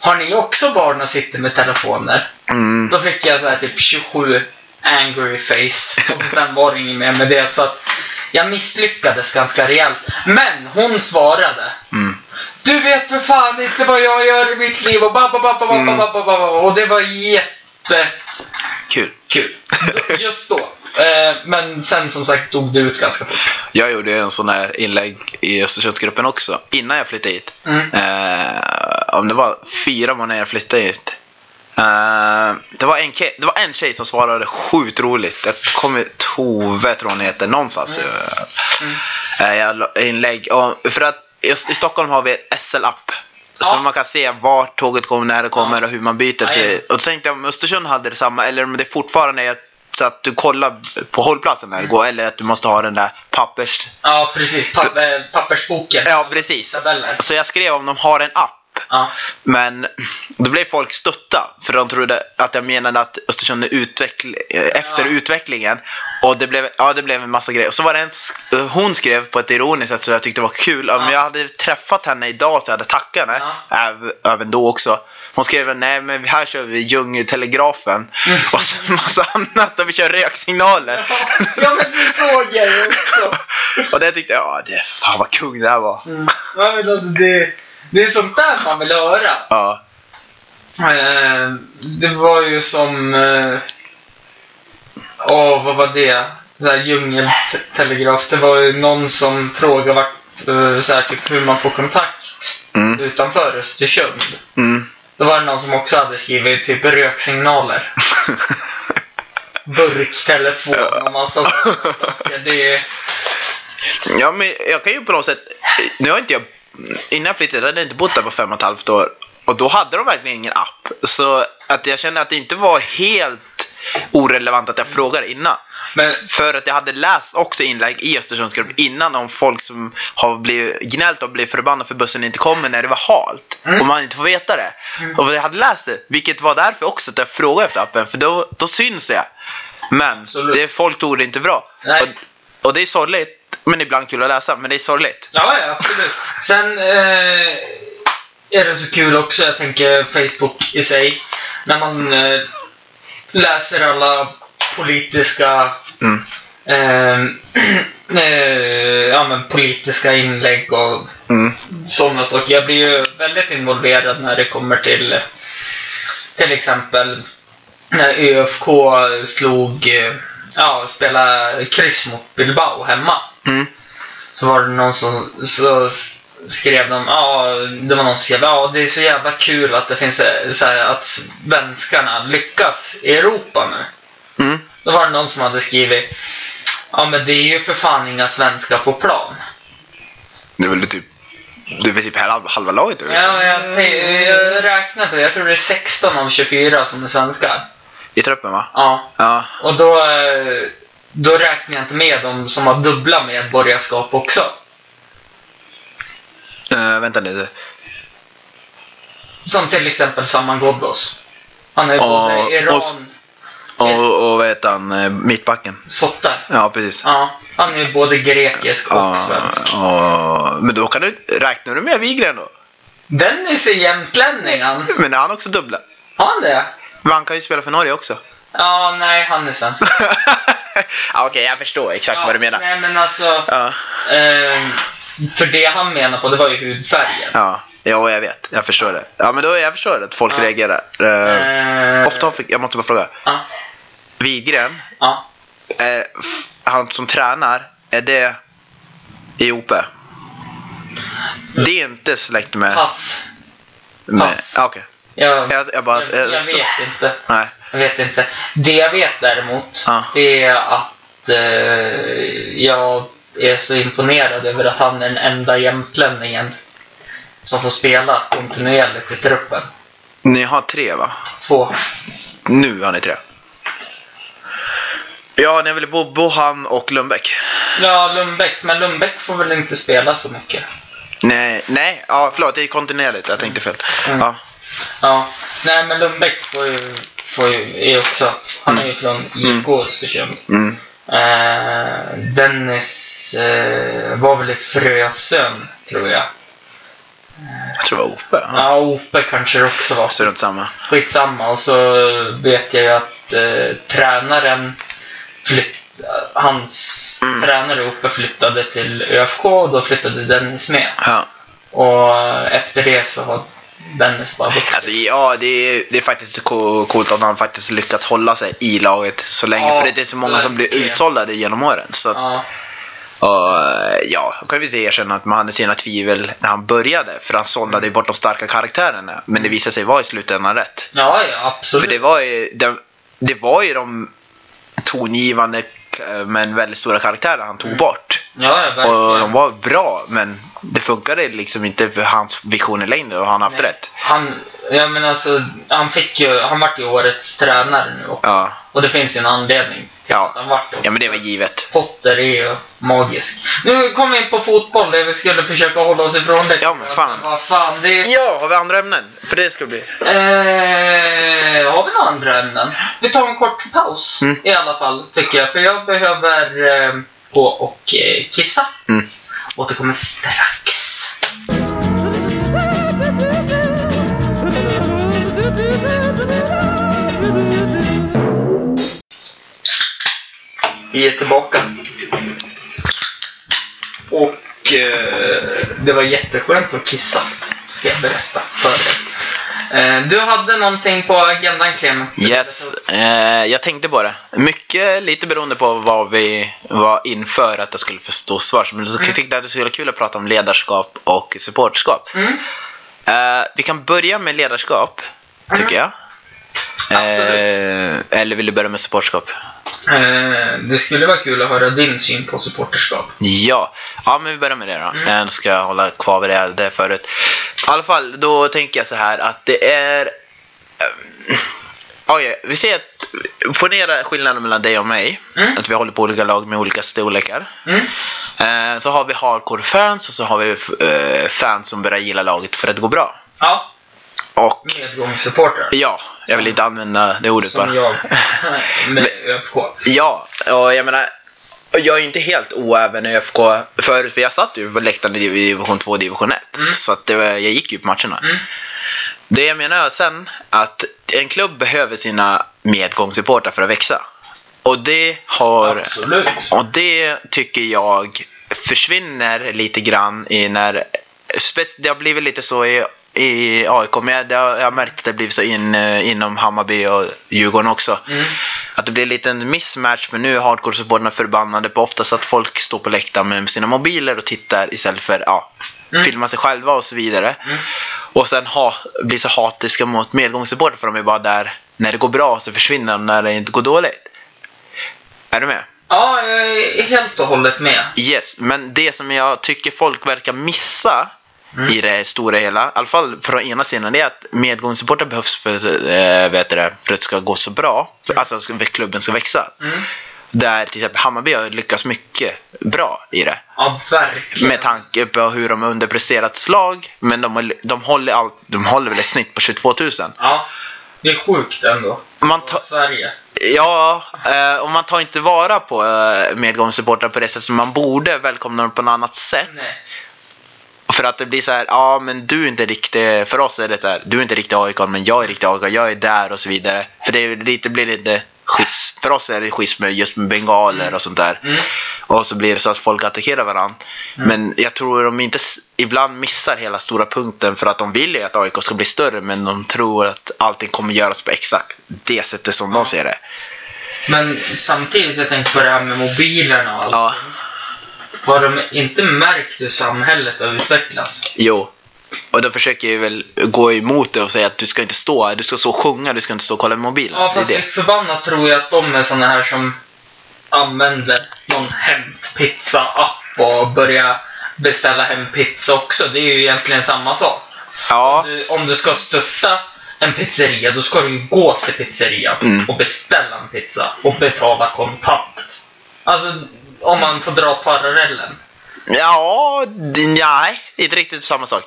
Speaker 2: har ni också barn och sitter med telefoner?
Speaker 4: Mm.
Speaker 2: Då fick jag så här typ 27 angry face. Och så sen var det inget mer med det. Så att jag misslyckades ganska rejält. Men hon svarade.
Speaker 4: Mm.
Speaker 2: Du vet för fan inte vad jag gör i mitt liv och ba, ba, ba, ba, ba, ba, ba, ba, ba, ba. Och det var jättekul.
Speaker 4: Kul.
Speaker 2: Just då. Eh, Men sen som sagt dog det ut ganska fort.
Speaker 4: Jag gjorde ju en sån här inlägg i Östersundsgruppen också innan jag flyttade hit.
Speaker 2: Mm.
Speaker 4: Eh, om det var fyra månader jag flyttade hit. Eh, det, var en ke- det var en tjej som svarade sjukt roligt. Jag kommer Tove tror hon heter någonstans. Eh, jag la- inlägg. om- för att i, i Stockholm har vi en SL-app. Så
Speaker 2: Ja.
Speaker 4: man kan se vart tåget kommer, när det kommer och hur man byter.
Speaker 2: Jajamän.
Speaker 4: sig. Och så tänkte jag om Östersund hade det samma eller om det fortfarande är så att du kollar på hållplatsen när det går eller att du måste ha den där pappers...
Speaker 2: Ja, precis. Pa- eh, pappersboken.
Speaker 4: Ja, precis.
Speaker 2: Tabeller.
Speaker 4: Så jag skrev om de har en app.
Speaker 2: Ja.
Speaker 4: Men då blev folk stötta för de trodde att jag menade att Östersund är utveckl- eh, efter
Speaker 2: Ja.
Speaker 4: utvecklingen. Och det blev, ja, det blev en massa grejer. Och så var det en, sk- eh, hon skrev på ett ironiskt sätt som jag tyckte var kul. Om
Speaker 2: Ja.
Speaker 4: jag hade träffat henne idag så jag hade tackat henne. Äv- Även då också. Hon skrev nej men här kör vi djungeltelegrafen. Och så massa annat och vi kör röksignaler.
Speaker 2: ja, men det såg jag ju också.
Speaker 4: och det tyckte jag, ja, det, fan vad kung det här var.
Speaker 2: Mm. Ja, men alltså det, det är sånt där man vill höra.
Speaker 4: Ja.
Speaker 2: Eh, det var ju som... eh, Åh, vad var det? Så här djungeltelegraf. Det var ju någon som frågade vart, eh, så här, typ, hur man får kontakt
Speaker 4: Mm.
Speaker 2: utanför Östersund.
Speaker 4: Mm.
Speaker 2: Då var det någon som också hade skrivit typ röksignaler. Burktelefon och massa sådana saker. Det är...
Speaker 4: Ja, men jag kan ju på något sätt... Nu har inte jag... Innan jag flyttade hade jag inte bott där på fem och ett halvt år. Och då hade de verkligen ingen app. Så att jag kände att det inte var helt orelevant att jag frågade innan.
Speaker 2: Men
Speaker 4: För att jag hade läst också inlägg i Östersundsgruppen innan om folk som har blivit gnällt och blivit förbannade för bussen inte kommer när det var halt.
Speaker 2: Mm.
Speaker 4: Och man inte får veta det. Och jag hade läst det, vilket var därför också att jag frågade efter appen. För då, då syns det. Men
Speaker 2: Absolut.
Speaker 4: det, folk tog det inte bra.
Speaker 2: Nej.
Speaker 4: Och, och det är sorgligt. Men ibland kul att läsa, men det är sorgligt.
Speaker 2: Ja, ja, absolut. Sen eh, är det så kul också, jag tänker Facebook i sig, när man eh, läser alla politiska
Speaker 4: Mm.
Speaker 2: ehm, eh, ja, men politiska inlägg och
Speaker 4: Mm.
Speaker 2: sådana saker. Jag blir ju väldigt involverad när det kommer till till exempel när ÖFK slog, eh, ja, spelade kryss mot Bilbao hemma.
Speaker 4: Mm.
Speaker 2: Så var det någon som så s- skrev de, ja, det var någon som skrev, ja, det är så jävla kul att det finns eh, så här, att svenskarna lyckas i Europa nu.
Speaker 4: Mm.
Speaker 2: Då var det någon som hade skrivit, ja men det är ju för fan inga svenskar på plan.
Speaker 4: Det är väl typ, det är väl typ halva, halva laget? eller?
Speaker 2: Ja, jag, te- jag räknade på det, jag tror det är 16 av 24 som är svenskar.
Speaker 4: I truppen va?
Speaker 2: Ja,
Speaker 4: Ja.
Speaker 2: och då, eh, då räknar jag inte med de som har dubbla medborgarskap också.
Speaker 4: Eh, vänta lite.
Speaker 2: Som till exempel Saman Ghoddos. Han är
Speaker 4: Ja,
Speaker 2: både Iran...
Speaker 4: och- Och, och vad heter han? eh, Mittbacken.
Speaker 2: Sotta.
Speaker 4: Ja, precis.
Speaker 2: Ja, han är både grekisk och svensk.
Speaker 4: ja. Men då kan du, räknar du med Wigren då?
Speaker 2: Dennis är jämtlänning han.
Speaker 4: Men är han också dubbla?
Speaker 2: Har han det?
Speaker 4: Men han kan ju spela för Norge också.
Speaker 2: Ja, nej, han är svensk.
Speaker 4: ja, Okej, jag förstår exakt
Speaker 2: Ja,
Speaker 4: vad du menar.
Speaker 2: Nej, men alltså.
Speaker 4: Ja,
Speaker 2: ehm, för det han menar på, det var ju hudfärgen.
Speaker 4: ja. Jo, jag vet. Jag förstår det. Ja, men då jag förstår det, att folk
Speaker 2: Ja.
Speaker 4: reagerar. Uh,
Speaker 2: Eh,
Speaker 4: ofta fick, jag måste bara fråga.
Speaker 2: Ja,
Speaker 4: Wigren,
Speaker 2: ja.
Speaker 4: eh, f- han som tränar, är det Iope? Det är inte släkt med...
Speaker 2: Pass.
Speaker 4: med
Speaker 2: pass.
Speaker 4: ah, okej.
Speaker 2: Jag, jag,
Speaker 4: jag, jag bara...
Speaker 2: jag vet inte.
Speaker 4: Nej.
Speaker 2: Jag vet inte. Det jag vet däremot,
Speaker 4: Ja.
Speaker 2: det är att eh, jag är så imponerad över att han är den enda jämtlänningen som får spela kontinuerligt i truppen.
Speaker 4: Ni har tre va?
Speaker 2: Två.
Speaker 4: Nu har ni tre. Ja, ni vill Bobbo, han och Lundbäck.
Speaker 2: Ja, Lundbäck. Men Lundbäck får väl inte spela så mycket.
Speaker 4: Nej, nej, ja, förlåt, det är kontinuerligt. Jag tänkte fel.
Speaker 2: Mm.
Speaker 4: Ja.
Speaker 2: Ja. Nej, men Lundbäck får ju, får ju är också... Han är ju från IFK Östersund.
Speaker 4: Mm.
Speaker 2: Eh, Dennis eh, var väl i Frösön, tror jag.
Speaker 4: Jag tror det var Ope. Ja.
Speaker 2: Ja, Ope kanske det också var.
Speaker 4: Så runt samma.
Speaker 2: Skitsamma. Och så vet jag ju att eh, tränaren flytt, hans
Speaker 4: Mm.
Speaker 2: tränare uppe flyttade till ÖFK och då flyttade Dennis med.
Speaker 4: Ja.
Speaker 2: Och eh, efter det så har Dennis bara gått.
Speaker 4: Alltså, ja, det är, det är faktiskt co- coolt att han faktiskt lyckats hålla sig i laget så länge.
Speaker 2: Ja,
Speaker 4: för det är så många som blir
Speaker 2: verkligen.
Speaker 4: utsållade genom åren. Så att,
Speaker 2: Ja,
Speaker 4: och, ja, då kan vi se erkänna att man hade sina tvivel när han började. För han sållade
Speaker 2: Mm.
Speaker 4: ju bort de starka karaktärerna. Men det visade sig vara i slutändan rätt.
Speaker 2: ja, ja
Speaker 4: För
Speaker 2: absolut.
Speaker 4: det var ju, det, det var ju de tongivande eh, men väldigt stora karaktärer han tog bort.
Speaker 2: Ja, ja,
Speaker 4: Och de
Speaker 2: verkligen.
Speaker 4: var bra men det funkade liksom inte för hans vision i längden och han har haft
Speaker 2: Nej.
Speaker 4: rätt.
Speaker 2: Han, ja, men alltså, han fick ju, han vart ju årets tränare nu också.
Speaker 4: Ja.
Speaker 2: Och det finns ju en anledning till
Speaker 4: Ja.
Speaker 2: att han vart det.
Speaker 4: ja, men det var givet.
Speaker 2: Potter är ju magisk. Nu kom vi in på fotboll, där vi skulle försöka hålla oss ifrån det.
Speaker 4: Ja, men fan.
Speaker 2: Vad fan, det är...
Speaker 4: Ja, har vi andra ämnen? För det ska bli.
Speaker 2: Eh, har vi några andra ämnen? Vi tar en kort paus
Speaker 4: Mm.
Speaker 2: i alla fall, tycker jag. För jag behöver eh, gå och eh, kissa.
Speaker 4: Mm.
Speaker 2: Återkommer strax. Vi är tillbaka. Och eh, det var jätteskönt att kissa, ska jag berätta för dig. Eh, du hade någonting på agendan, Clement.
Speaker 4: Yes, eh, jag tänkte på det. Mycket lite beroende på vad vi var inför att jag skulle förstå svar. Men så
Speaker 2: Mm.
Speaker 4: tyckte jag att det skulle vara kul att prata om ledarskap och supportskap.
Speaker 2: Mm,
Speaker 4: Eh, vi kan börja med ledarskap, tycker jag. Eh, eller vill du börja med supportskap?
Speaker 2: Eh, det skulle vara kul att höra din syn på supporterskap.
Speaker 4: Ja, ja men vi börjar med det då.
Speaker 2: Mm.
Speaker 4: Eh, Då ska jag hålla kvar vid det jag hade förut. I alla fall, då tänker jag så här att det är... ehm, Oj, vi ser att... Ponera skillnaden mellan dig och mig.
Speaker 2: Mm.
Speaker 4: Att vi håller på olika lag med olika storlekar.
Speaker 2: Mm,
Speaker 4: Eh, så har vi hardcore-fans och så har vi eh, fans som börjar gilla laget för att det går bra.
Speaker 2: ja,
Speaker 4: Och
Speaker 2: medgångssupportrar.
Speaker 4: ja, jag vill inte använda det ordet bara.
Speaker 2: Som jag med ÖFK.
Speaker 4: Ja, och jag menar, jag är inte helt oäven i ÖFK förut, för jag satt ju på läktaren i div- i division 2 och division 1.
Speaker 2: Mm.
Speaker 4: Så att det var, jag gick ju på matcherna.
Speaker 2: Mm.
Speaker 4: Det jag menar sen, att en klubb behöver sina medgångssupportrar för att växa. Och det har...
Speaker 2: Absolut.
Speaker 4: Och det tycker jag försvinner lite grann i när... spe- Det har blivit lite så i, i AIK, men jag, det har, jag har märkt att det har blivit så in, eh, inom Hammarby och Djurgården också.
Speaker 2: Mm.
Speaker 4: Att det blir lite en mismatch, för nu är hardcore-supportrarna förbannade på oftast att folk står på läktaren med sina mobiler och tittar istället för ja,
Speaker 2: Mm.
Speaker 4: filma sig själva och så vidare.
Speaker 2: Mm.
Speaker 4: Och sen ha, blir så hatiska mot medgångssupportrar för de är bara där när det går bra så försvinner de när det inte går dåligt. Är du med?
Speaker 2: Ja, jag är helt och hållet med.
Speaker 4: Yes, men det som jag tycker folk verkar missa
Speaker 2: Mm.
Speaker 4: i det stora hela, i alla fall från ena sidan, det är att medgångssupportrar behövs för, eh, vet du det, för att det ska gå så bra. För, alltså ska- klubben ska växa.
Speaker 2: Mm.
Speaker 4: Där till exempel Hammarby har lyckats mycket bra i det.
Speaker 2: Ja, verkligen.
Speaker 4: Med tanke på hur de har underpresterat slag, men de, har- de, håller, allt, de håller väl ett snitt på 22 000.
Speaker 2: Ja, det är sjukt ändå.
Speaker 4: Man
Speaker 2: Ta...
Speaker 4: tar-
Speaker 2: Sverige.
Speaker 4: Ja, eh, och man tar inte vara på eh, medgångssupportrar på det sätt som man borde välkomna dem på något annat sätt.
Speaker 2: Nej.
Speaker 4: För att det blir så här, ja men du är inte riktigt, för oss är det så här, du är inte riktigt AIK men jag är riktigt AIK, jag är där och så vidare. För det är lite, blir lite schism, för oss är det schism med- just med bengaler och sånt där.
Speaker 2: Mm.
Speaker 4: Och så blir det så att folk attackerar varandra. Men jag tror de inte, s- ibland missar hela stora punkten för att de vill ju att AIK ska bli större men de tror att allting kommer göras på exakt det sättet som de ser det.
Speaker 2: Men samtidigt, jag tänker på det här med mobilerna och allt.
Speaker 4: Ja,
Speaker 2: Har de inte märkt hur samhället har utvecklats?
Speaker 4: jo. Och de försöker ju väl gå emot det och säga att du ska inte stå här, du ska stå och sjunga, du ska inte stå och kolla i mobilen.
Speaker 2: Ja,
Speaker 4: Det är
Speaker 2: fast
Speaker 4: det.
Speaker 2: lik förbannat tror jag att de är såna här som använder någon hämtpizza-app och börjar beställa hem pizza också. Det är ju egentligen samma sak.
Speaker 4: Ja.
Speaker 2: Du, Eh, om du ska stötta en pizzeria, då ska du ju gå till pizzerian
Speaker 4: Mm.
Speaker 2: och beställa en pizza och betala kontant. Alltså, om man får dra parallellen.
Speaker 4: Ja, d- nej, inte riktigt samma sak.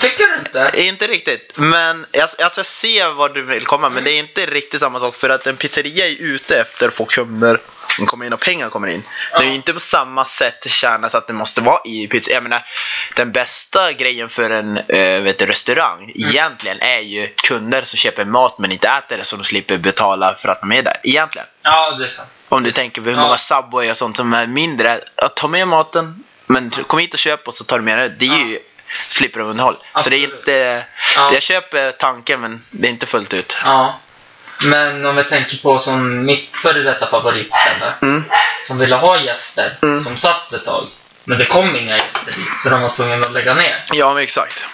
Speaker 2: Tycker du inte?
Speaker 4: Inte riktigt, men jag, alltså jag ser vad du vill komma men det är inte riktigt samma sak för att en pizzeria är ute efter att få kunder som kommer in och pengar kommer in. Det är ju
Speaker 2: Ja.
Speaker 4: inte på samma sätt tjänas att det måste vara i pizza. Jag menar, den bästa grejen för en eh, vet du, restaurang egentligen är ju kunder som köper mat men inte äter det så de slipper betala för att de är där. Egentligen.
Speaker 2: Ja, det är sant.
Speaker 4: Om du tänker på hur
Speaker 2: Ja.
Speaker 4: många Subway och sånt som är mindre. Att ta med maten, men kom hit och köp och så tar du med det. Det är ju, slipper de underhåll. Så det är
Speaker 2: Absolut.
Speaker 4: inte...
Speaker 2: Ja.
Speaker 4: Jag köper tanken men det är inte fullt ut.
Speaker 2: Ja. Men om jag tänker på som mitt före detta favoritställe,
Speaker 4: Mm.
Speaker 2: som ville ha gäster,
Speaker 4: Mm.
Speaker 2: som satt ett tag. Men det kom inga gäster dit, så de var tvungna att lägga ner.
Speaker 4: Ja men exakt.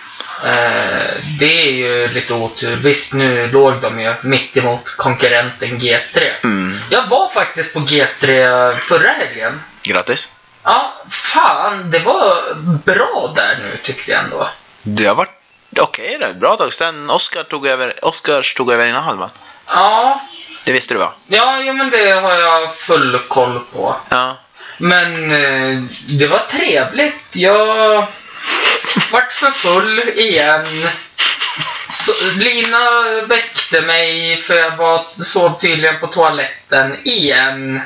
Speaker 2: Eh, det är ju lite otur. Visst, nu låg de ju mitt emot konkurrenten G3.
Speaker 4: Mm.
Speaker 2: Jag var faktiskt på G3 förra helgen.
Speaker 4: Grattis.
Speaker 2: Ja, fan, det var bra där nu tyckte jag ändå.
Speaker 4: Det har varit okej det. Bra tag sen Oscar tog över, Oscars tog över ena halvan.
Speaker 2: Ja,
Speaker 4: Det visste du va?
Speaker 2: ja, ja men det har jag full koll på.
Speaker 4: Ja.
Speaker 2: Men eh, det var trevligt. Jag vart för full igen. Så, Lina väckte mig för jag var, sov tydligen på toaletten igen.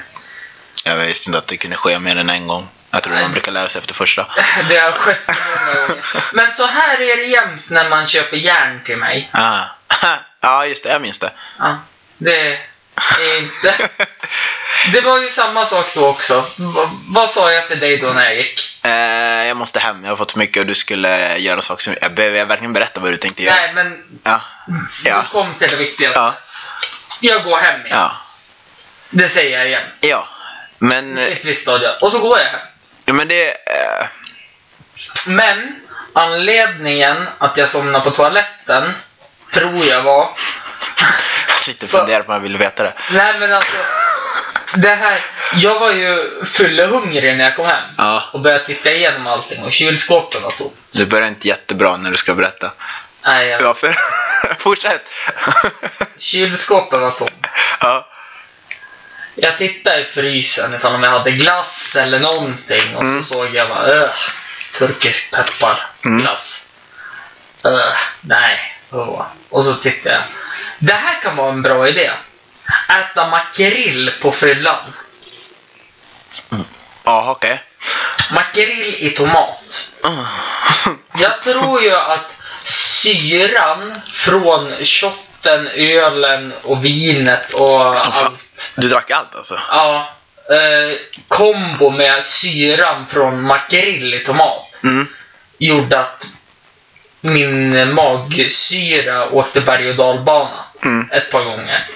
Speaker 4: Jag visste inte att det kunde ske mer än en gång. Jag tror man brukar lära sig efter första.
Speaker 2: Det har skett många gånger. Men så här är det jämt när man köper järn till mig.
Speaker 4: Ah. Ja just det, jag minns det.
Speaker 2: Ja, det är inte... Det var ju samma sak då också. Va, vad sa jag till dig då när jag gick?
Speaker 4: Eh, jag måste hem, jag har fått mycket och du skulle göra saker som... Jag behöver jag verkligen berätta vad du tänkte göra?
Speaker 2: Nej, men
Speaker 4: Ja. Ja.
Speaker 2: du kom till det viktigaste.
Speaker 4: Ja.
Speaker 2: Jag går hem igen.
Speaker 4: Ja.
Speaker 2: Det säger jag igen.
Speaker 4: ja. Men,
Speaker 2: I ett visst stadie. Och så går jag hem.
Speaker 4: ja, men det... Eh,
Speaker 2: Men anledningen att jag somnade på toaletten tror jag var...
Speaker 4: jag sitter och funderar på om jag vill veta det.
Speaker 2: Nej men alltså. Det här. Jag var ju fyllehungrig när jag kom hem.
Speaker 4: Ja.
Speaker 2: Och började titta igenom allting och kylskåpet var tomt.
Speaker 4: Du börjar inte jättebra när du ska berätta.
Speaker 2: Nej, jag,
Speaker 4: Varför? Fortsätt!
Speaker 2: kylskåpet var tomt.
Speaker 4: ja.
Speaker 2: Jag tittade i frysen ifall om jag hade glass eller någonting och så såg jag bara öh, turkisk pepparglass. Öh, nej. Åh. Och så tittade jag. Det här kan vara en bra idé. Äta makrill på fyllan.
Speaker 4: Ja, okej.
Speaker 2: Makrill i tomat.
Speaker 4: Mm.
Speaker 2: Jag tror ju att syran från shot maten, ölen och vinet och allt.
Speaker 4: Du drack allt alltså?
Speaker 2: Ja. Eh, kombo med syran från makrill i tomat
Speaker 4: Mm.
Speaker 2: gjorde att min magsyra åkte berg och dalbana
Speaker 4: Mm.
Speaker 2: ett par gånger.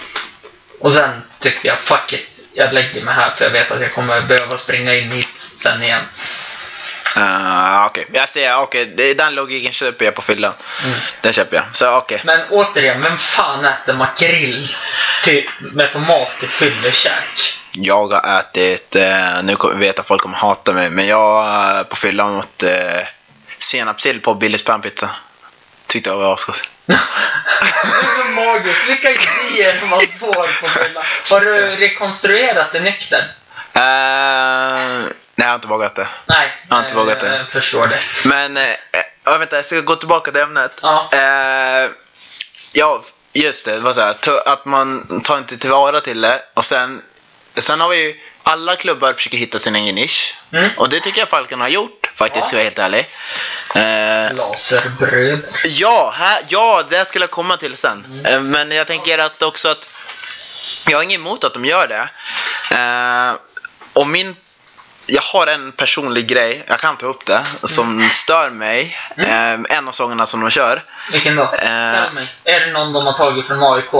Speaker 2: Och sen tyckte jag fuck it, jag lägger mig här för jag vet att jag kommer behöva springa in hit sen igen.
Speaker 4: Uh, okej, jag ser. Okej, det- den logiken köper jag på fyllan.
Speaker 2: Mm.
Speaker 4: Den köper jag. Så okej.
Speaker 2: Men återigen, vem fan äter makrill till, med tomat till fyllekäk?
Speaker 4: Jag har ätit, eh, nu kom- vet jag att folk kommer hata mig, men jag eh, på fyllan åt eh, senapssill på Billys pannpizza. Tyckte jag var asgott.
Speaker 2: Det är så magiskt. Vilka idéer man får på fylla. Har du rekonstruerat det nykter?
Speaker 4: Eh, nej, jag har inte vågat det.
Speaker 2: Nej.
Speaker 4: Jag har inte vågat det.
Speaker 2: Jag förstår det.
Speaker 4: Men, eh, ja, vänta, jag ska gå tillbaka till ämnet.
Speaker 2: Ja.
Speaker 4: Eh, ja, just det. det var så här, t- att man tar inte tillvara till det. Och sen, sen har vi ju, alla klubbar försöker hitta sin egen nisch.
Speaker 2: Mm.
Speaker 4: Och det tycker jag Falken har gjort, faktiskt, ska jag vara helt ärlig. Eh,
Speaker 2: Laserbröd.
Speaker 4: Ja, här, ja, det skulle jag komma till sen. Eh, Men jag tänker att också att jag har inget emot att de gör det. Eh, och min, jag har en personlig grej, jag kan ta upp det, som stör mig. Eh, en av sångerna som de kör.
Speaker 2: Vilken då?
Speaker 4: Eh.
Speaker 2: Tell mig. Är det någon de har tagit från AIK?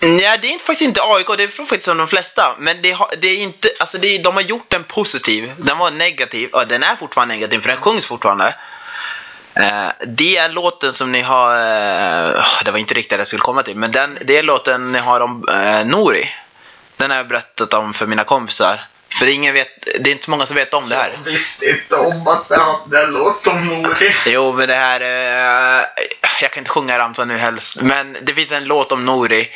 Speaker 4: Nej, det är inte, faktiskt inte AIK, det är från faktiskt som de flesta. Men det, har, det är inte, alltså det, är- de har gjort den positiv. Den var negativ, ja, den är fortfarande negativ för den sjungs fortfarande. Eh, det är låten som ni har, eh, det var inte riktigt det jag skulle komma till, men den, det är låten ni har om eh, Nori. Den har jag berättat om för mina kompisar. För ingen vet, det är inte så många som vet om det här.
Speaker 2: Jag visste inte om att vi hade en låt om Nori.
Speaker 4: Jo, men det här... Eh, jag kan inte sjunga ramsan nu helst. Men det finns en låt om Nori.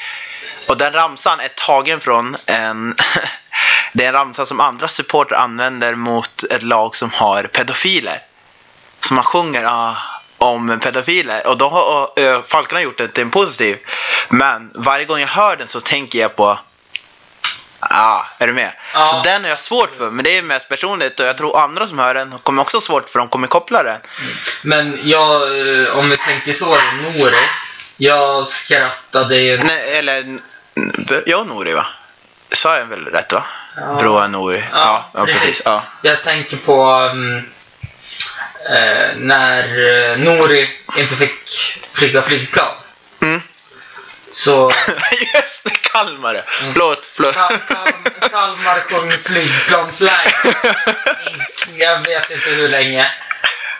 Speaker 4: Och den ramsan är tagen från en... det är en ramsa som andra supportrar använder mot ett lag som har pedofiler. Så man sjunger ah, om pedofiler. Och då har uh, Falkarna gjort det till en positiv. Men varje gång jag hör den så tänker jag på... Ah, är du med?
Speaker 2: Ja.
Speaker 4: Så den har jag svårt för. Men det är mest personligt och jag tror andra som hör den kommer också ha svårt för de kommer koppla den.
Speaker 2: Men jag, eh, om vi tänker så, Nori. Jag skrattade ju...
Speaker 4: Nej, eller... n- n- Ja, Nori va? Sa jag väl rätt va?
Speaker 2: Ja.
Speaker 4: Broa Nori. Ja, ja, precis. Ja.
Speaker 2: Jag tänker på mm, eh, när eh, Nori inte fick flyga flygplan.
Speaker 4: Mm.
Speaker 2: Så
Speaker 4: Just det, Kalmar Mm. ja. Förlåt, förlåt.
Speaker 2: Ka- Kal- Kalmar sjöng flygplansläge. Jag vet inte hur länge.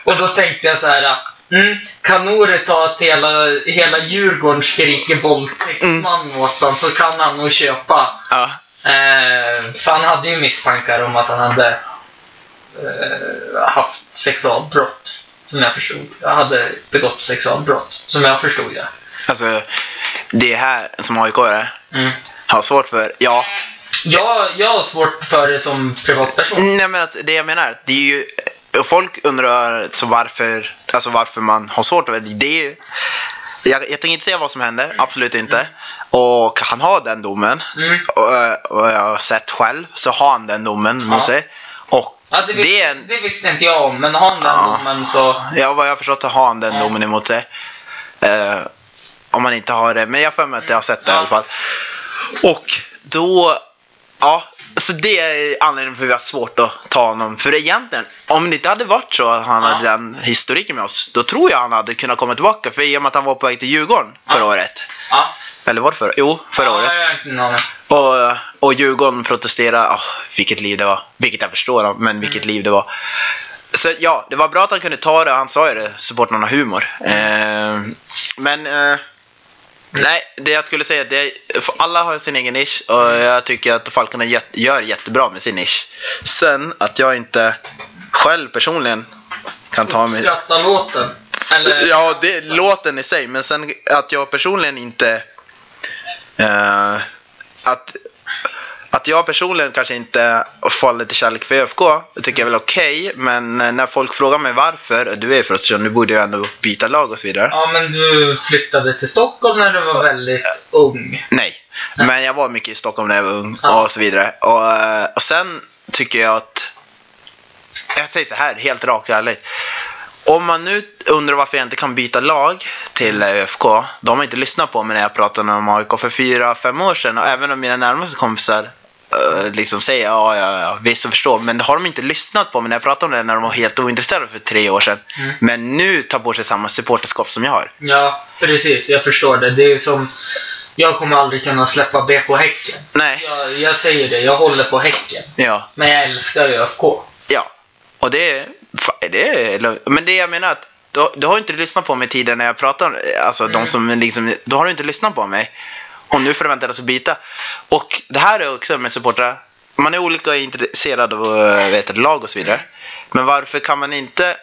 Speaker 2: Och då tänkte jag så här. Mm, kan Nori ta att hela, hela Djurgården skriker våldtäktsman
Speaker 4: Mm.
Speaker 2: åt honom så kan han nog köpa
Speaker 4: Ja.
Speaker 2: Eh, för han hade ju misstankar om att han hade eh, haft sexualbrott. Som jag förstod. Jag hade begått sexualbrott. Som jag förstod det.
Speaker 4: Alltså, det här som aik är
Speaker 2: Mm.
Speaker 4: har svårt för. Ja,
Speaker 2: Jag, jag har svårt för det som privatperson.
Speaker 4: nej men alltså, det jag menar, är att det är ju... och Folk undrar så varför, alltså varför man har svårt för det. det är ju, jag, jag tänker inte säga vad som hände, absolut inte. Och han har den domen.
Speaker 2: Mm.
Speaker 4: Och, eh, och jag har sett själv, så har han den domen mot
Speaker 2: Ja.
Speaker 4: sig. Och
Speaker 2: Ja, det, visste,
Speaker 4: det är en,
Speaker 2: det visste inte jag om, men har han den
Speaker 4: Ja.
Speaker 2: domen så...
Speaker 4: ja, vad jag har förstått så har han den
Speaker 2: Ja.
Speaker 4: domen emot sig. Eh, om man inte har det, men jag har för mig att jag har sett det i alla fall. Och då, ja, så det är anledningen för att vi har svårt att ta honom. För egentligen, om det inte hade varit så att han
Speaker 2: Ja.
Speaker 4: hade den historiken med oss, då tror jag han hade kunnat komma tillbaka. För i och med att han var på väg till Djurgården förra
Speaker 2: Ja.
Speaker 4: året.
Speaker 2: Ja.
Speaker 4: Eller var det förra? Jo, förra året.
Speaker 2: Ja, jag har inte någon aning.
Speaker 4: Och, och Djurgården protesterade. Oh, vilket liv det var. Vilket jag förstår, men vilket liv det var. Så ja, det var bra att han kunde ta det. Han sa ju det, supportrarna har humor. Eh, men eh, nej, det jag skulle säga det är för alla har sin egen nisch och jag tycker att Falkarna jät- gör jättebra med sin nisch. Sen att jag inte själv personligen kan ta mig...
Speaker 2: Skratta låten. Eller...
Speaker 4: Ja, det är låten i sig. Men sen att jag personligen inte... eh, att, att jag personligen kanske inte faller till kärlek för ÖFK, det tycker jag är väl okej. men eh, när folk frågar mig varför, du är ju från Östersund, du borde ju ändå byta lag och så vidare.
Speaker 2: Ja, men du flyttade till Stockholm när du var väldigt ung.
Speaker 4: Nej, men jag var mycket i Stockholm när jag var ung
Speaker 2: Ja.
Speaker 4: och så vidare. Och, eh, och sen tycker jag att... Jag säger så här, helt rakt och ärligt. Om man nu undrar varför jag inte kan byta lag till ÖFK. De har inte lyssnat på mig när jag pratade om AIK för fyra, fem år sedan. Och även om mina närmaste kompisar eh, liksom säger ja, ja, ja, visst jag förstår. Men har de inte lyssnat på mig när jag pratade om det när de var helt ointresserade för tre år sedan.
Speaker 2: Mm.
Speaker 4: Men nu tar på sig samma supporterskap som jag har.
Speaker 2: Ja, precis. Jag förstår det. Det är som... Jag kommer aldrig kunna släppa BK Häcken.
Speaker 4: Nej,
Speaker 2: Jag, jag säger det, jag håller på Häcken.
Speaker 4: ja.
Speaker 2: Men jag älskar ÖFK.
Speaker 4: Ja, och det, fa- det är lugnt. Men det jag menar att du, du har inte lyssnat på mig tidigare när jag pratade alltså de som liksom, då har du inte lyssnat på mig. Och nu förväntar jag dig att byta. Och det här är också med supportrar. Man är olika intresserad av eh, vet, du, lag och så vidare. Men varför kan man inte...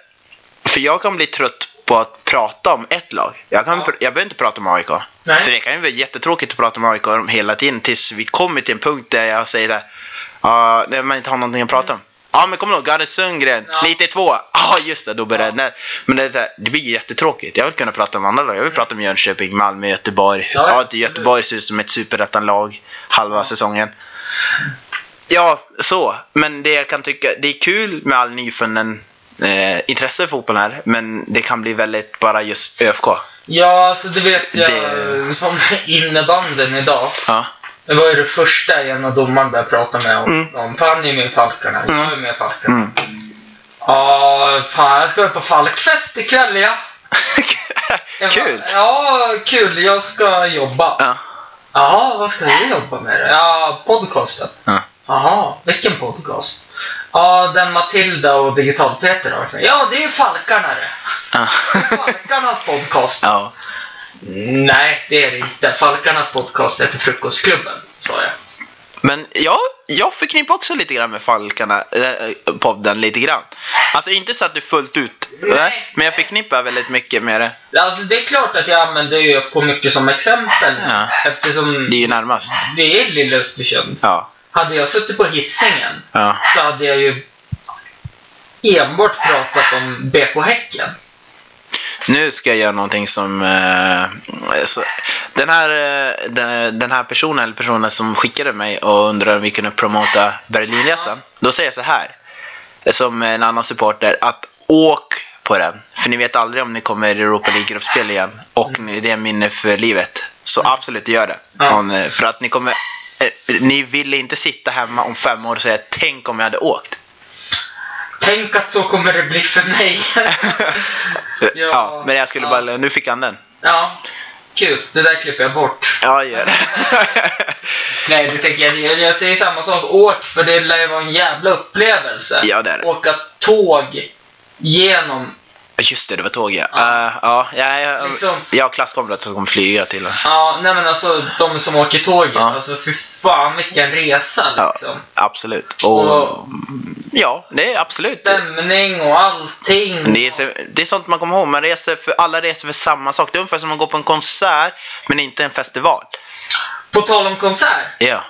Speaker 4: För jag kan bli trött på att prata om ett lag. Jag, kan,
Speaker 2: Ja.
Speaker 4: pr- jag behöver inte prata om AIK.
Speaker 2: Nej.
Speaker 4: För det kan ju vara jättetråkigt att prata om AIK om hela tiden tills vi kommer till en punkt där jag säger det. Ja, när man inte har någonting att prata om. Ja, men kommer du ihåg Garry Sundgren,
Speaker 2: Ja.
Speaker 4: 92. Ja, just det, då började det. Men det, är så här, det blir ju jättetråkigt. Jag vill kunna prata om andra lag. Jag vill prata om Jönköping, Malmö, Göteborg.
Speaker 2: Ja,
Speaker 4: Ja, att
Speaker 2: absolut.
Speaker 4: Göteborg ser ut som ett superettan-lag halva säsongen. Ja, så. Men det jag kan tycka, det är kul med all nyfunnen eh, intresse för fotboll här. Men det kan bli väldigt bara just ÖFK.
Speaker 2: Ja, alltså det vet jag.
Speaker 4: Det-
Speaker 2: Som innebanden idag.
Speaker 4: Ja,
Speaker 2: Det var ju det första ena domaren började prata med om.
Speaker 4: Mm.
Speaker 2: om. För han är ju med i Falkarna. Jag är med i Falkarna.
Speaker 4: Mm.
Speaker 2: Ja, fan jag ska på Falkfest ikväll ja. Jag bara,
Speaker 4: kul!
Speaker 2: Ja, kul. Jag ska jobba.
Speaker 4: Ja.
Speaker 2: Jaha, vad ska du jobba med då? Ja, podcasten.
Speaker 4: Ja.
Speaker 2: Jaha, vilken podcast? Ja, den Matilda och Digital-Peter har varit med. Ja, det är ju Falkarna det.
Speaker 4: Ja.
Speaker 2: Falkarnas podcast.
Speaker 4: ja.
Speaker 2: Nej, det är det inte. Falkarnas podcast heter Frukostklubben, sa jag.
Speaker 4: Men jag, jag förknippar också lite grann med Falkarna, eh, podden lite grann. Alltså inte så att du fullt ut,
Speaker 2: Nej.
Speaker 4: eh, men jag förknippar väldigt mycket med det.
Speaker 2: Alltså det är klart att jag använder ÖFK mycket som exempel.
Speaker 4: Ja.
Speaker 2: Eftersom
Speaker 4: Det är ju närmast.
Speaker 2: det är Lilla Östersund.
Speaker 4: Ja.
Speaker 2: Hade jag suttit på hissingen
Speaker 4: ja.
Speaker 2: så hade jag ju enbart pratat om BK Häcken.
Speaker 4: Nu ska jag göra någonting som... Eh, så, den, här, eh, den, den här personen, eller personen som skickade mig och undrade om vi kunde promota Berlinresan. Då säger jag så här, som en annan supporter, att åk på den. För ni vet aldrig om ni kommer i Europa League-gruppspel igen. Och ni- det är en minne för livet. Så absolut, gör det.
Speaker 2: Mm. Ja.
Speaker 4: Om, eh, för att ni kommer... eh, Ni ville inte sitta hemma om fem år och säga tänk om jag hade åkt.
Speaker 2: Tänk att så kommer det bli för mig.
Speaker 4: Ja, men jag skulle
Speaker 2: ja.
Speaker 4: bara... Nu fick han den.
Speaker 2: Ja, kul. Det där klipper jag bort.
Speaker 4: Ja, gör det.
Speaker 2: Nej, det tänker jag jag- Jag säger samma sak. Åk, för det lär ju vara en jävla upplevelse.
Speaker 4: Ja, det är det.
Speaker 2: Åka tåg genom
Speaker 4: Ja, Just det, det var tåg ja.
Speaker 2: Ja.
Speaker 4: Eh, ja, jag, jag,
Speaker 2: Liksom.
Speaker 4: jag har klasskompisar som kommer flyga till
Speaker 2: Ja, nej men alltså de som åker tåget.
Speaker 4: Ja.
Speaker 2: Alltså för fan vilken resa
Speaker 4: Ja,
Speaker 2: liksom.
Speaker 4: absolut. Och,
Speaker 2: Och-
Speaker 4: ja, det är absolut.
Speaker 2: Stämning och allting.
Speaker 4: Det är, så- det är sånt man kommer ihåg. Man reser för, alla reser för samma sak. Det är ungefär som att gå på en konsert, men inte en festival.
Speaker 2: På tal om konsert.
Speaker 4: Ja.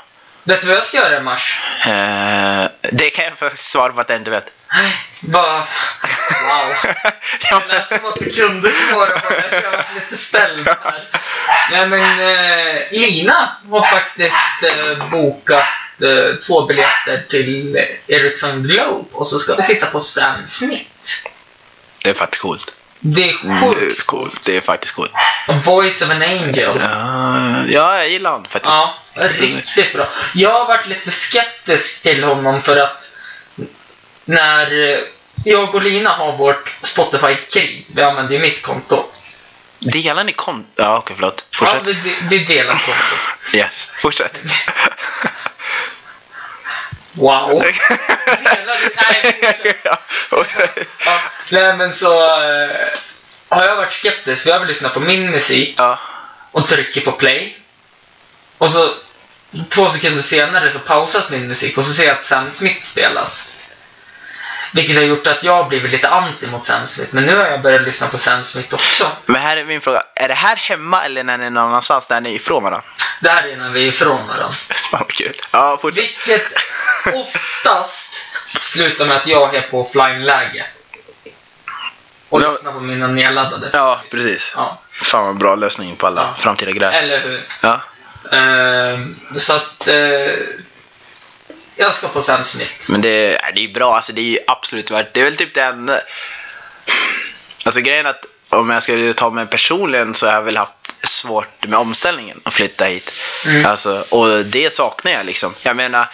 Speaker 2: Vet du vad jag ska göra i mars?
Speaker 4: Eh, det kan jag faktiskt svara på att jag inte vet.
Speaker 2: Nej, Bara... Wow.
Speaker 4: ja,
Speaker 2: Det
Speaker 4: men,
Speaker 2: lät som att du kunde svara på det. Jag har varit lite ställd här. Nej men eh, Lina har faktiskt eh, bokat eh, två biljetter till eh, Ericsson Globe. Och så ska vi titta på Sam Smith.
Speaker 4: det är faktiskt coolt.
Speaker 2: Det är
Speaker 4: Det är
Speaker 2: sjukt.
Speaker 4: coolt. Det är faktiskt coolt.
Speaker 2: A Voice of an Angel.
Speaker 4: Eh, ja, jag gillar honom faktiskt.
Speaker 2: Ja, riktigt bra. Jag har varit lite skeptisk till honom för att när eh, jag och Lina har vårt Spotify-krig, vi använder ju mitt konto.
Speaker 4: Delar ni kon... Ja, okej, förlåt.
Speaker 2: Ja,
Speaker 4: Fortsätt.
Speaker 2: vi, vi- vi delar konto.
Speaker 4: Yes, fortsätt.
Speaker 2: Wow. Delar vi? Nej, fortsätt.
Speaker 4: Ja, fortsätt.
Speaker 2: ja. Nej, men så eh, har jag varit skeptisk. för Jag vill lyssna på min musik
Speaker 4: Ja.
Speaker 2: och trycker på play. Och så två sekunder senare så pausas min musik och så ser jag att Sam Smith spelas. Vilket har gjort att jag har blivit lite anti mot Sam Smith. Men nu har jag börjat lyssna på Sam Smith också.
Speaker 4: Men här är min fråga. Är det här hemma eller när ni är någon annanstans där ni är ifrån varandra?
Speaker 2: Det här är när vi är ifrån varandra.
Speaker 4: Fan vad kul. Ja, fortsätt.
Speaker 2: Vilket oftast slutar med att jag är på offline-läge. Och
Speaker 4: Ja.
Speaker 2: lyssnar på mina nedladdade.
Speaker 4: Ja, precis.
Speaker 2: Ja.
Speaker 4: Fan vad bra lösning på alla
Speaker 2: Ja.
Speaker 4: framtida grejer.
Speaker 2: Eller hur?
Speaker 4: Ja.
Speaker 2: Ehm, så att... eh, jag ska på Sam Smith.
Speaker 4: Men det, nej, det är ju bra. Alltså, det är ju absolut värt. Det är väl typ det enda... Alltså grejen är att om jag skulle ta mig personligen så har jag väl haft svårt med omställningen att flytta hit.
Speaker 2: Mm.
Speaker 4: Alltså, och det saknar jag liksom. Jag menar,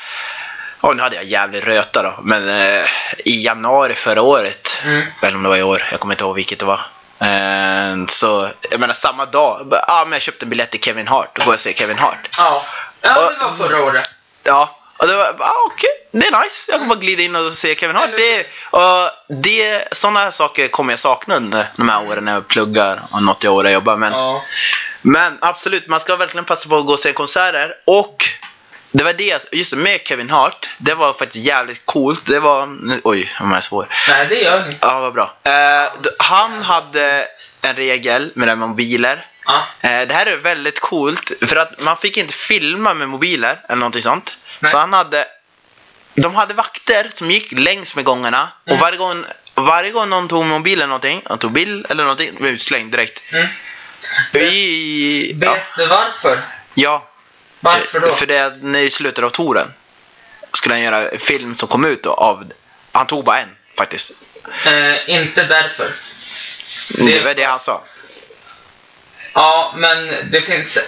Speaker 4: ja nu hade jag jävligt röta då, men eh, i januari förra året,
Speaker 2: Mm.
Speaker 4: eller om det var i år, jag kommer inte ihåg vilket det var. Eh, så jag menar samma dag, bara, ah, men jag köpte en biljett till Kevin Hart, då går jag och ser Kevin Hart.
Speaker 2: Ja. Ja, det var förra året.
Speaker 4: Ja, och det var ah, okej, det är nice. Jag kommer bara glida in och se Kevin Hart. Det, och det, sådana här saker kommer jag sakna under de här åren när jag pluggar och något jag året jobbar. Men,
Speaker 2: Ja.
Speaker 4: men absolut, man ska verkligen passa på att gå och se konserter. Och det var det, just det, med Kevin Hart, det var faktiskt jävligt coolt. Det var, oj, vad man är svår.
Speaker 2: Nej, det gör ni.
Speaker 4: Ja, vad bra. Eh, d- han hade en regel med det här med mobiler.
Speaker 2: Ja.
Speaker 4: Eh, Det här är väldigt coolt för att man fick inte filma med mobiler eller någonting sånt.
Speaker 2: Nej.
Speaker 4: Så han hade De hade vakter som gick längs med gångarna och
Speaker 2: Mm.
Speaker 4: varje gång, varje gång någon tog mobil eller någonting, han tog bild eller någonting, blev utslängd direkt.
Speaker 2: Mm.
Speaker 4: I, ja,
Speaker 2: Vet du varför?
Speaker 4: ja,
Speaker 2: Varför då?
Speaker 4: för det är i slutet av touren. Skulle han göra en film som kom ut då av Han tog bara en faktiskt.
Speaker 2: Eh, inte därför.
Speaker 4: Det,
Speaker 2: Det-
Speaker 4: var det han sa.
Speaker 2: Ja, men det finns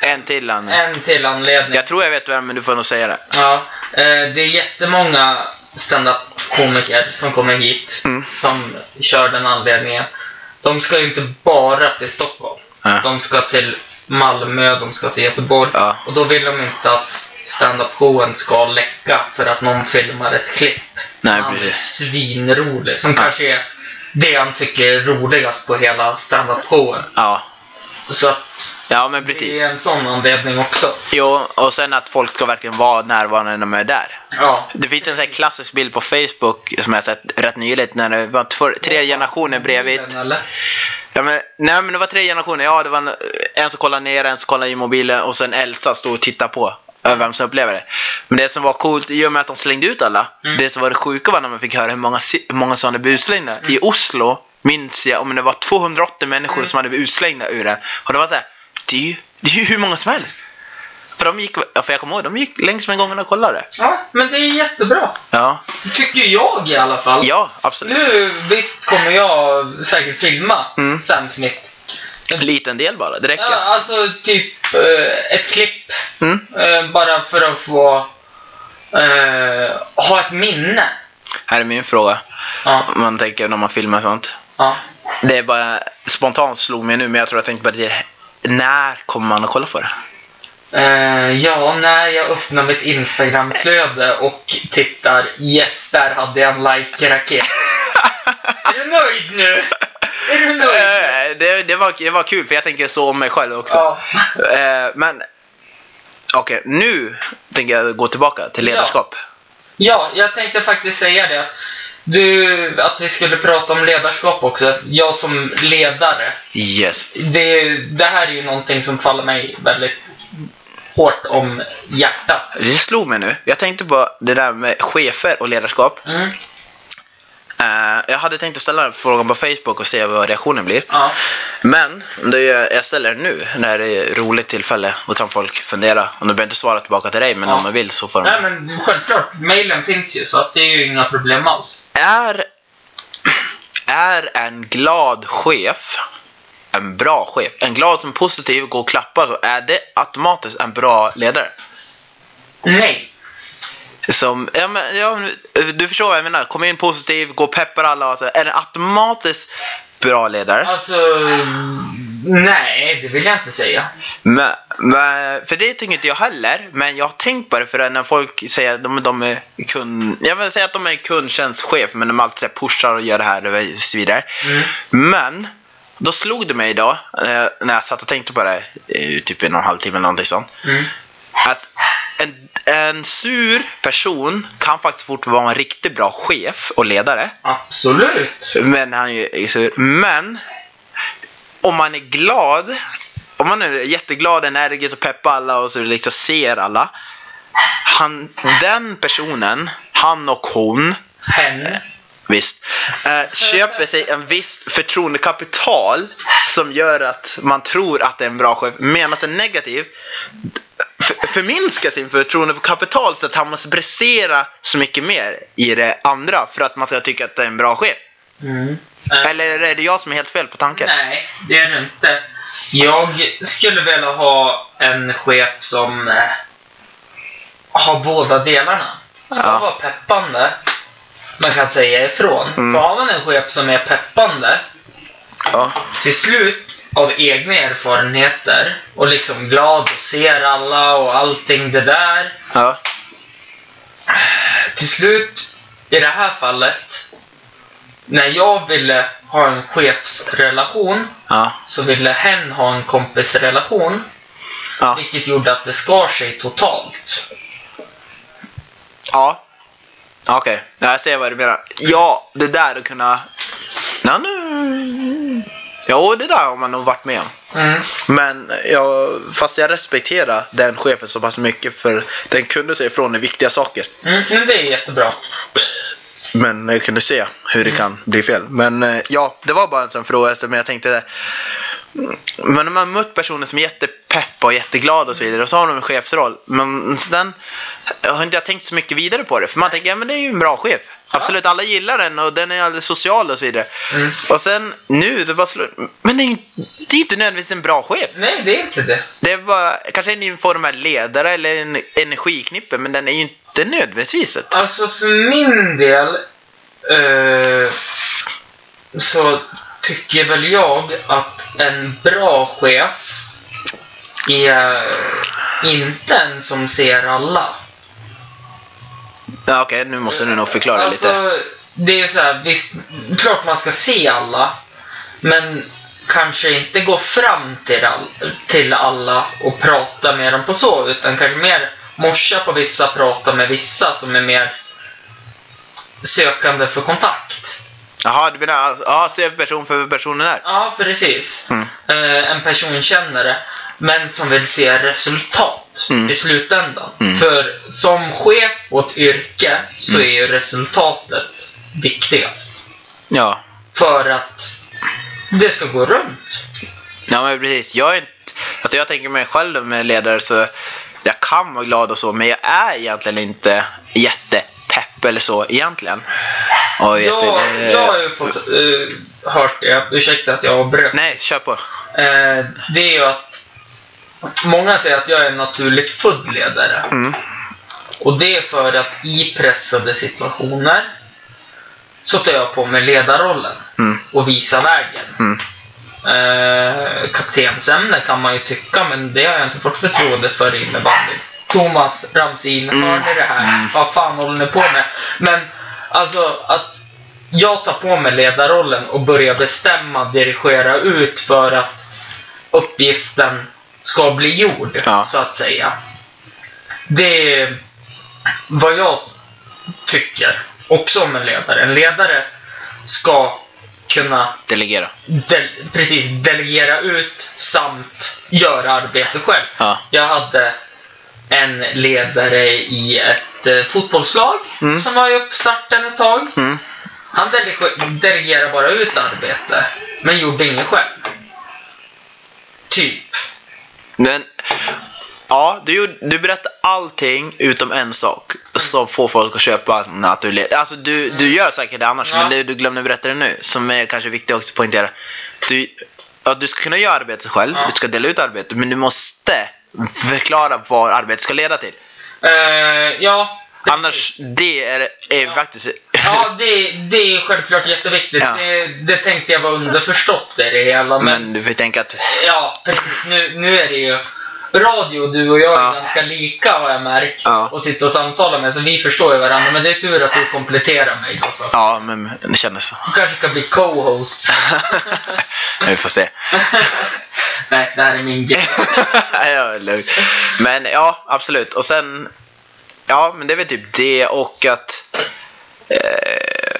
Speaker 4: En till han.
Speaker 2: en till anledning.
Speaker 4: Jag tror jag vet vem men du får nog säga det.
Speaker 2: Ja, eh, det är jättemånga standup-komiker som kommer hit
Speaker 4: Mm.
Speaker 2: som kör den anledningen. De ska ju inte bara till Stockholm.
Speaker 4: Ja.
Speaker 2: De ska till Malmö, de ska till Göteborg.
Speaker 4: Ja.
Speaker 2: Och då vill de inte att standup-showen ska läcka för att någon filmar ett klipp.
Speaker 4: Nej,
Speaker 2: han är
Speaker 4: precis.
Speaker 2: svinrolig, som kanske är det han tycker är roligast på hela standup-showen.
Speaker 4: Ja,
Speaker 2: Så att
Speaker 4: ja men precis.
Speaker 2: det är en sån anledning också.
Speaker 4: Jo, och sen att folk ska verkligen vara närvarande när de är där.
Speaker 2: Ja.
Speaker 4: Det finns en sån här klassisk bild på Facebook som jag sett rätt nyligt när det var två, tre generationer bredvid.
Speaker 2: Eller?
Speaker 4: Ja, men, nej men det var tre generationer. Ja, det var en, en som kollade ner, en som kollade i mobilen och sen Elsa stod och tittade på. eh, Vem som upplever det. Men det som var coolt i och med att de slängde ut alla.
Speaker 2: Mm.
Speaker 4: Det som var det sjuka var när man fick höra hur många, si- hur många som hade blivit utslängda.
Speaker 2: Mm.
Speaker 4: I Oslo minns jag om det var 280 människor som hade blivit utslängda ur den. Och det var såhär, det, är ju- det är ju hur många som helst. För de gick, ja, för jag kommer ihåg, de gick längs med gången och kollade.
Speaker 2: Ja, men det är jättebra.
Speaker 4: Ja,
Speaker 2: Tycker jag i alla fall.
Speaker 4: ja absolut.
Speaker 2: Nu, visst kommer jag säkert filma
Speaker 4: Mm.
Speaker 2: Sam Smith.
Speaker 4: En liten del bara,
Speaker 2: Ja,
Speaker 4: det räcker.
Speaker 2: alltså typ eh, ett klipp.
Speaker 4: Mm.
Speaker 2: Eh, bara för att få eh, ha ett minne.
Speaker 4: Här är min fråga.
Speaker 2: Ja,
Speaker 4: Man tänker när man filmar sånt.
Speaker 2: ja.
Speaker 4: Det är bara spontant slog mig nu, men jag tror jag tänkte bara det. När kommer man att kolla på det?
Speaker 2: Eh, ja, när jag öppnar mitt Instagramflöde och tittar Yes, där hade jag en like-raket. är du nöjd nu? Är du nöjd?
Speaker 4: Eh, det, det, var, det var kul, för jag tänker så om mig själv också.
Speaker 2: Ja.
Speaker 4: Eh, Men okej, nu tänker jag gå tillbaka till
Speaker 2: Ja.
Speaker 4: ledarskap.
Speaker 2: Ja, jag tänkte faktiskt säga det. Du, att vi skulle prata om ledarskap också. Jag som ledare.
Speaker 4: Yes.
Speaker 2: Det, det här är ju någonting som faller mig väldigt hårt om hjärtat.
Speaker 4: Det slog mig nu. Jag tänkte på det där med chefer och ledarskap.
Speaker 2: Mm.
Speaker 4: Eh, Jag hade tänkt att ställa den frågan på Facebook och se vad reaktionen blir.
Speaker 2: Ja.
Speaker 4: Men det är, ju- jag ställer den nu när det är ett roligt tillfälle. Då kan folk fundera. Och de behöver inte svara tillbaka till dig, men
Speaker 2: Ja.
Speaker 4: om de vill så får de.
Speaker 2: Nej men självklart, mailen finns ju så att det är ju inga problem alls.
Speaker 4: Är, är en glad chef en bra chef? En glad som är positiv och går och klappar, så är det automatiskt en bra ledare?
Speaker 2: Nej.
Speaker 4: Som, ja, men, ja, du förstår vad jag menar. Kommer in positiv, går och peppar alla. Alltså, är det automatiskt bra ledare?
Speaker 2: Alltså, nej det vill jag inte säga.
Speaker 4: Men, men, för det tycker inte jag heller. Men jag har tänkt på det för att när folk säger att de, de är kund... Jag vill säga att de är kundtjänstchef men de alltid så här pushar och gör det här och så vidare.
Speaker 2: Mm.
Speaker 4: Men då slog det mig idag eh, när jag satt och tänkte på det eh, typ en och en halv timme eller någonting sånt.
Speaker 2: Mm.
Speaker 4: Att en, en sur person kan faktiskt fortfarande vara en riktigt bra chef och ledare.
Speaker 2: Absolut.
Speaker 4: Men han är ju sur. Men om man är glad, om man är jätteglad, energisk och peppar alla och så liksom ser alla. Han, den personen, han och hon,
Speaker 2: Hen.
Speaker 4: visst, eh, köper sig en viss förtroendekapital som gör att man tror att det är en bra chef. Medan en negativ för- förminskar sin förtroendekapital så att han måste prestera så mycket mer i det andra för att man ska tycka att det är en bra chef.
Speaker 2: Mm. Eh,
Speaker 4: Eller är det jag som är helt fel på tanken?
Speaker 2: Nej, det är det inte. Jag skulle vilja ha en chef som eh, har båda delarna. Ska
Speaker 4: Ja.
Speaker 2: vara peppande, men kan säga ifrån.
Speaker 4: Mm.
Speaker 2: För har man en chef som är peppande,
Speaker 4: Ja.
Speaker 2: till slut av egna erfarenheter och liksom glad och ser alla och allting det där.
Speaker 4: Ja.
Speaker 2: Till slut, i det här fallet, när jag ville ha en chefsrelation
Speaker 4: Ja.
Speaker 2: så ville hen ha en kompisrelation.
Speaker 4: Ja.
Speaker 2: Vilket gjorde att det skar sig totalt.
Speaker 4: Ja. Ja, Okej, Ja, jag ser vad du menar. Ja, det där att kunna... Ja, nu... Jo, det där har man nog varit med om.
Speaker 2: Mm.
Speaker 4: Men jag, fast jag respekterar den chefen så pass mycket för den kunde se ifrån de viktiga saker.
Speaker 2: Mm, men det är jättebra.
Speaker 4: Men jag kunde se hur det kan bli fel. Men eh, ja, det var bara en sån fråga. Men jag tänkte... mm, Men när man mött personer som är jättepeppa och jätteglada och så vidare och så har de en chefsroll. Men sen har inte jag tänkt så mycket vidare på det. För man tänker, ja men det är ju en bra chef. Absolut, alla gillar den och den är alldeles social och så vidare.
Speaker 2: Mm.
Speaker 4: Och sen nu, det bara slår, Men det är ju det är ju inte nödvändigtvis en bra chef.
Speaker 2: Nej, det är inte det.
Speaker 4: Det var kanske en informell ledare eller en energiknippe men den är ju inte nödvändigtvis ett.
Speaker 2: Alltså för min del eh, så tycker väl jag att en bra chef är inte en som ser alla.
Speaker 4: Ja, Okej, nu måste du nog förklara lite.
Speaker 2: Alltså, det är så här, visst, klart man ska se alla, men kanske inte gå fram till, all, till alla och prata med dem på så, utan kanske mer morsa på vissa, prata med vissa som är mer sökande för kontakt.
Speaker 4: Jaha, du menar alltså- ja, se person för personen är.
Speaker 2: Ja, precis.
Speaker 4: Mm.
Speaker 2: Eh, en personkännare, men som vill se resultat
Speaker 4: Mm.
Speaker 2: i slutändan.
Speaker 4: Mm.
Speaker 2: För som chef på ett yrke så är ju resultatet viktigast.
Speaker 4: Ja.
Speaker 2: För att det ska gå runt.
Speaker 4: ja, men precis. Jag, är inte, alltså jag tänker mig själv med ledare så jag kan vara glad och så men jag är egentligen inte jättepepp eller så egentligen. Och
Speaker 2: Jag,
Speaker 4: jätte-
Speaker 2: jag har ju fått eh, hört det, ursäkta att jag avbröt.
Speaker 4: Nej, kör på.
Speaker 2: Eh, det är ju att många säger att jag är en naturligt född ledare.
Speaker 4: Mm.
Speaker 2: Och det är för att i pressade situationer så tar jag på mig ledarrollen
Speaker 4: Mm.
Speaker 2: och visar vägen.
Speaker 4: Mm.
Speaker 2: Eh, kaptensämne kan man ju tycka, men det har jag inte fått förtroendet för i innebandy. Thomas Ramsin,
Speaker 4: Mm.
Speaker 2: hör ni det här? Vad fan håller ni på med? Men alltså att jag tar på mig ledarrollen och börjar bestämma, dirigera ut för att uppgiften ska bli gjord,
Speaker 4: Ja.
Speaker 2: så att säga. Det är vad jag tycker också om en ledare. En ledare ska kunna
Speaker 4: Delegera.
Speaker 2: del, precis delegera ut samt göra arbete själv.
Speaker 4: Ja.
Speaker 2: Jag hade en ledare i ett eh, fotbollslag
Speaker 4: Mm.
Speaker 2: som var i uppstarten ett tag.
Speaker 4: Mm.
Speaker 2: Han delege- delegerade bara ut arbete, men gjorde inget själv. Typ.
Speaker 4: Men, ja, du, gjorde- du berättar allting utom en sak som får folk att köpa att du le- Alltså du, du gör säkert det annars,
Speaker 2: Mm. Ja.
Speaker 4: men det, du glömde berätta det nu som är kanske viktigt också att poängtera. Du, ja, du ska kunna göra arbetet själv,
Speaker 2: Ja.
Speaker 4: du ska dela ut arbetet, men du måste förklara vad arbetet ska leda till.
Speaker 2: Eh, ja.
Speaker 4: Annars, det är, är
Speaker 2: Ja.
Speaker 4: faktiskt...
Speaker 2: Ja, det, det är självklart jätteviktigt.
Speaker 4: Ja.
Speaker 2: Det, det tänkte jag var underförstått i det hela. men
Speaker 4: men du får tänka att...
Speaker 2: Ja, precis. Nu, nu är det ju radio, du och jag är
Speaker 4: Ja.
Speaker 2: ganska lika har jag märkt.
Speaker 4: Ja.
Speaker 2: Och sitter och samtalar med, så vi förstår ju varandra. Men det är tur att du kompletterar mig. då, så.
Speaker 4: Ja, men det kändes så.
Speaker 2: Du kanske kan bli co-host.
Speaker 4: Vi får se.
Speaker 2: Nej, det här är min grej.
Speaker 4: Nej, ja, det är lugnt. Men ja, absolut. Och sen... Ja, men det är väl typ det och att... Eh,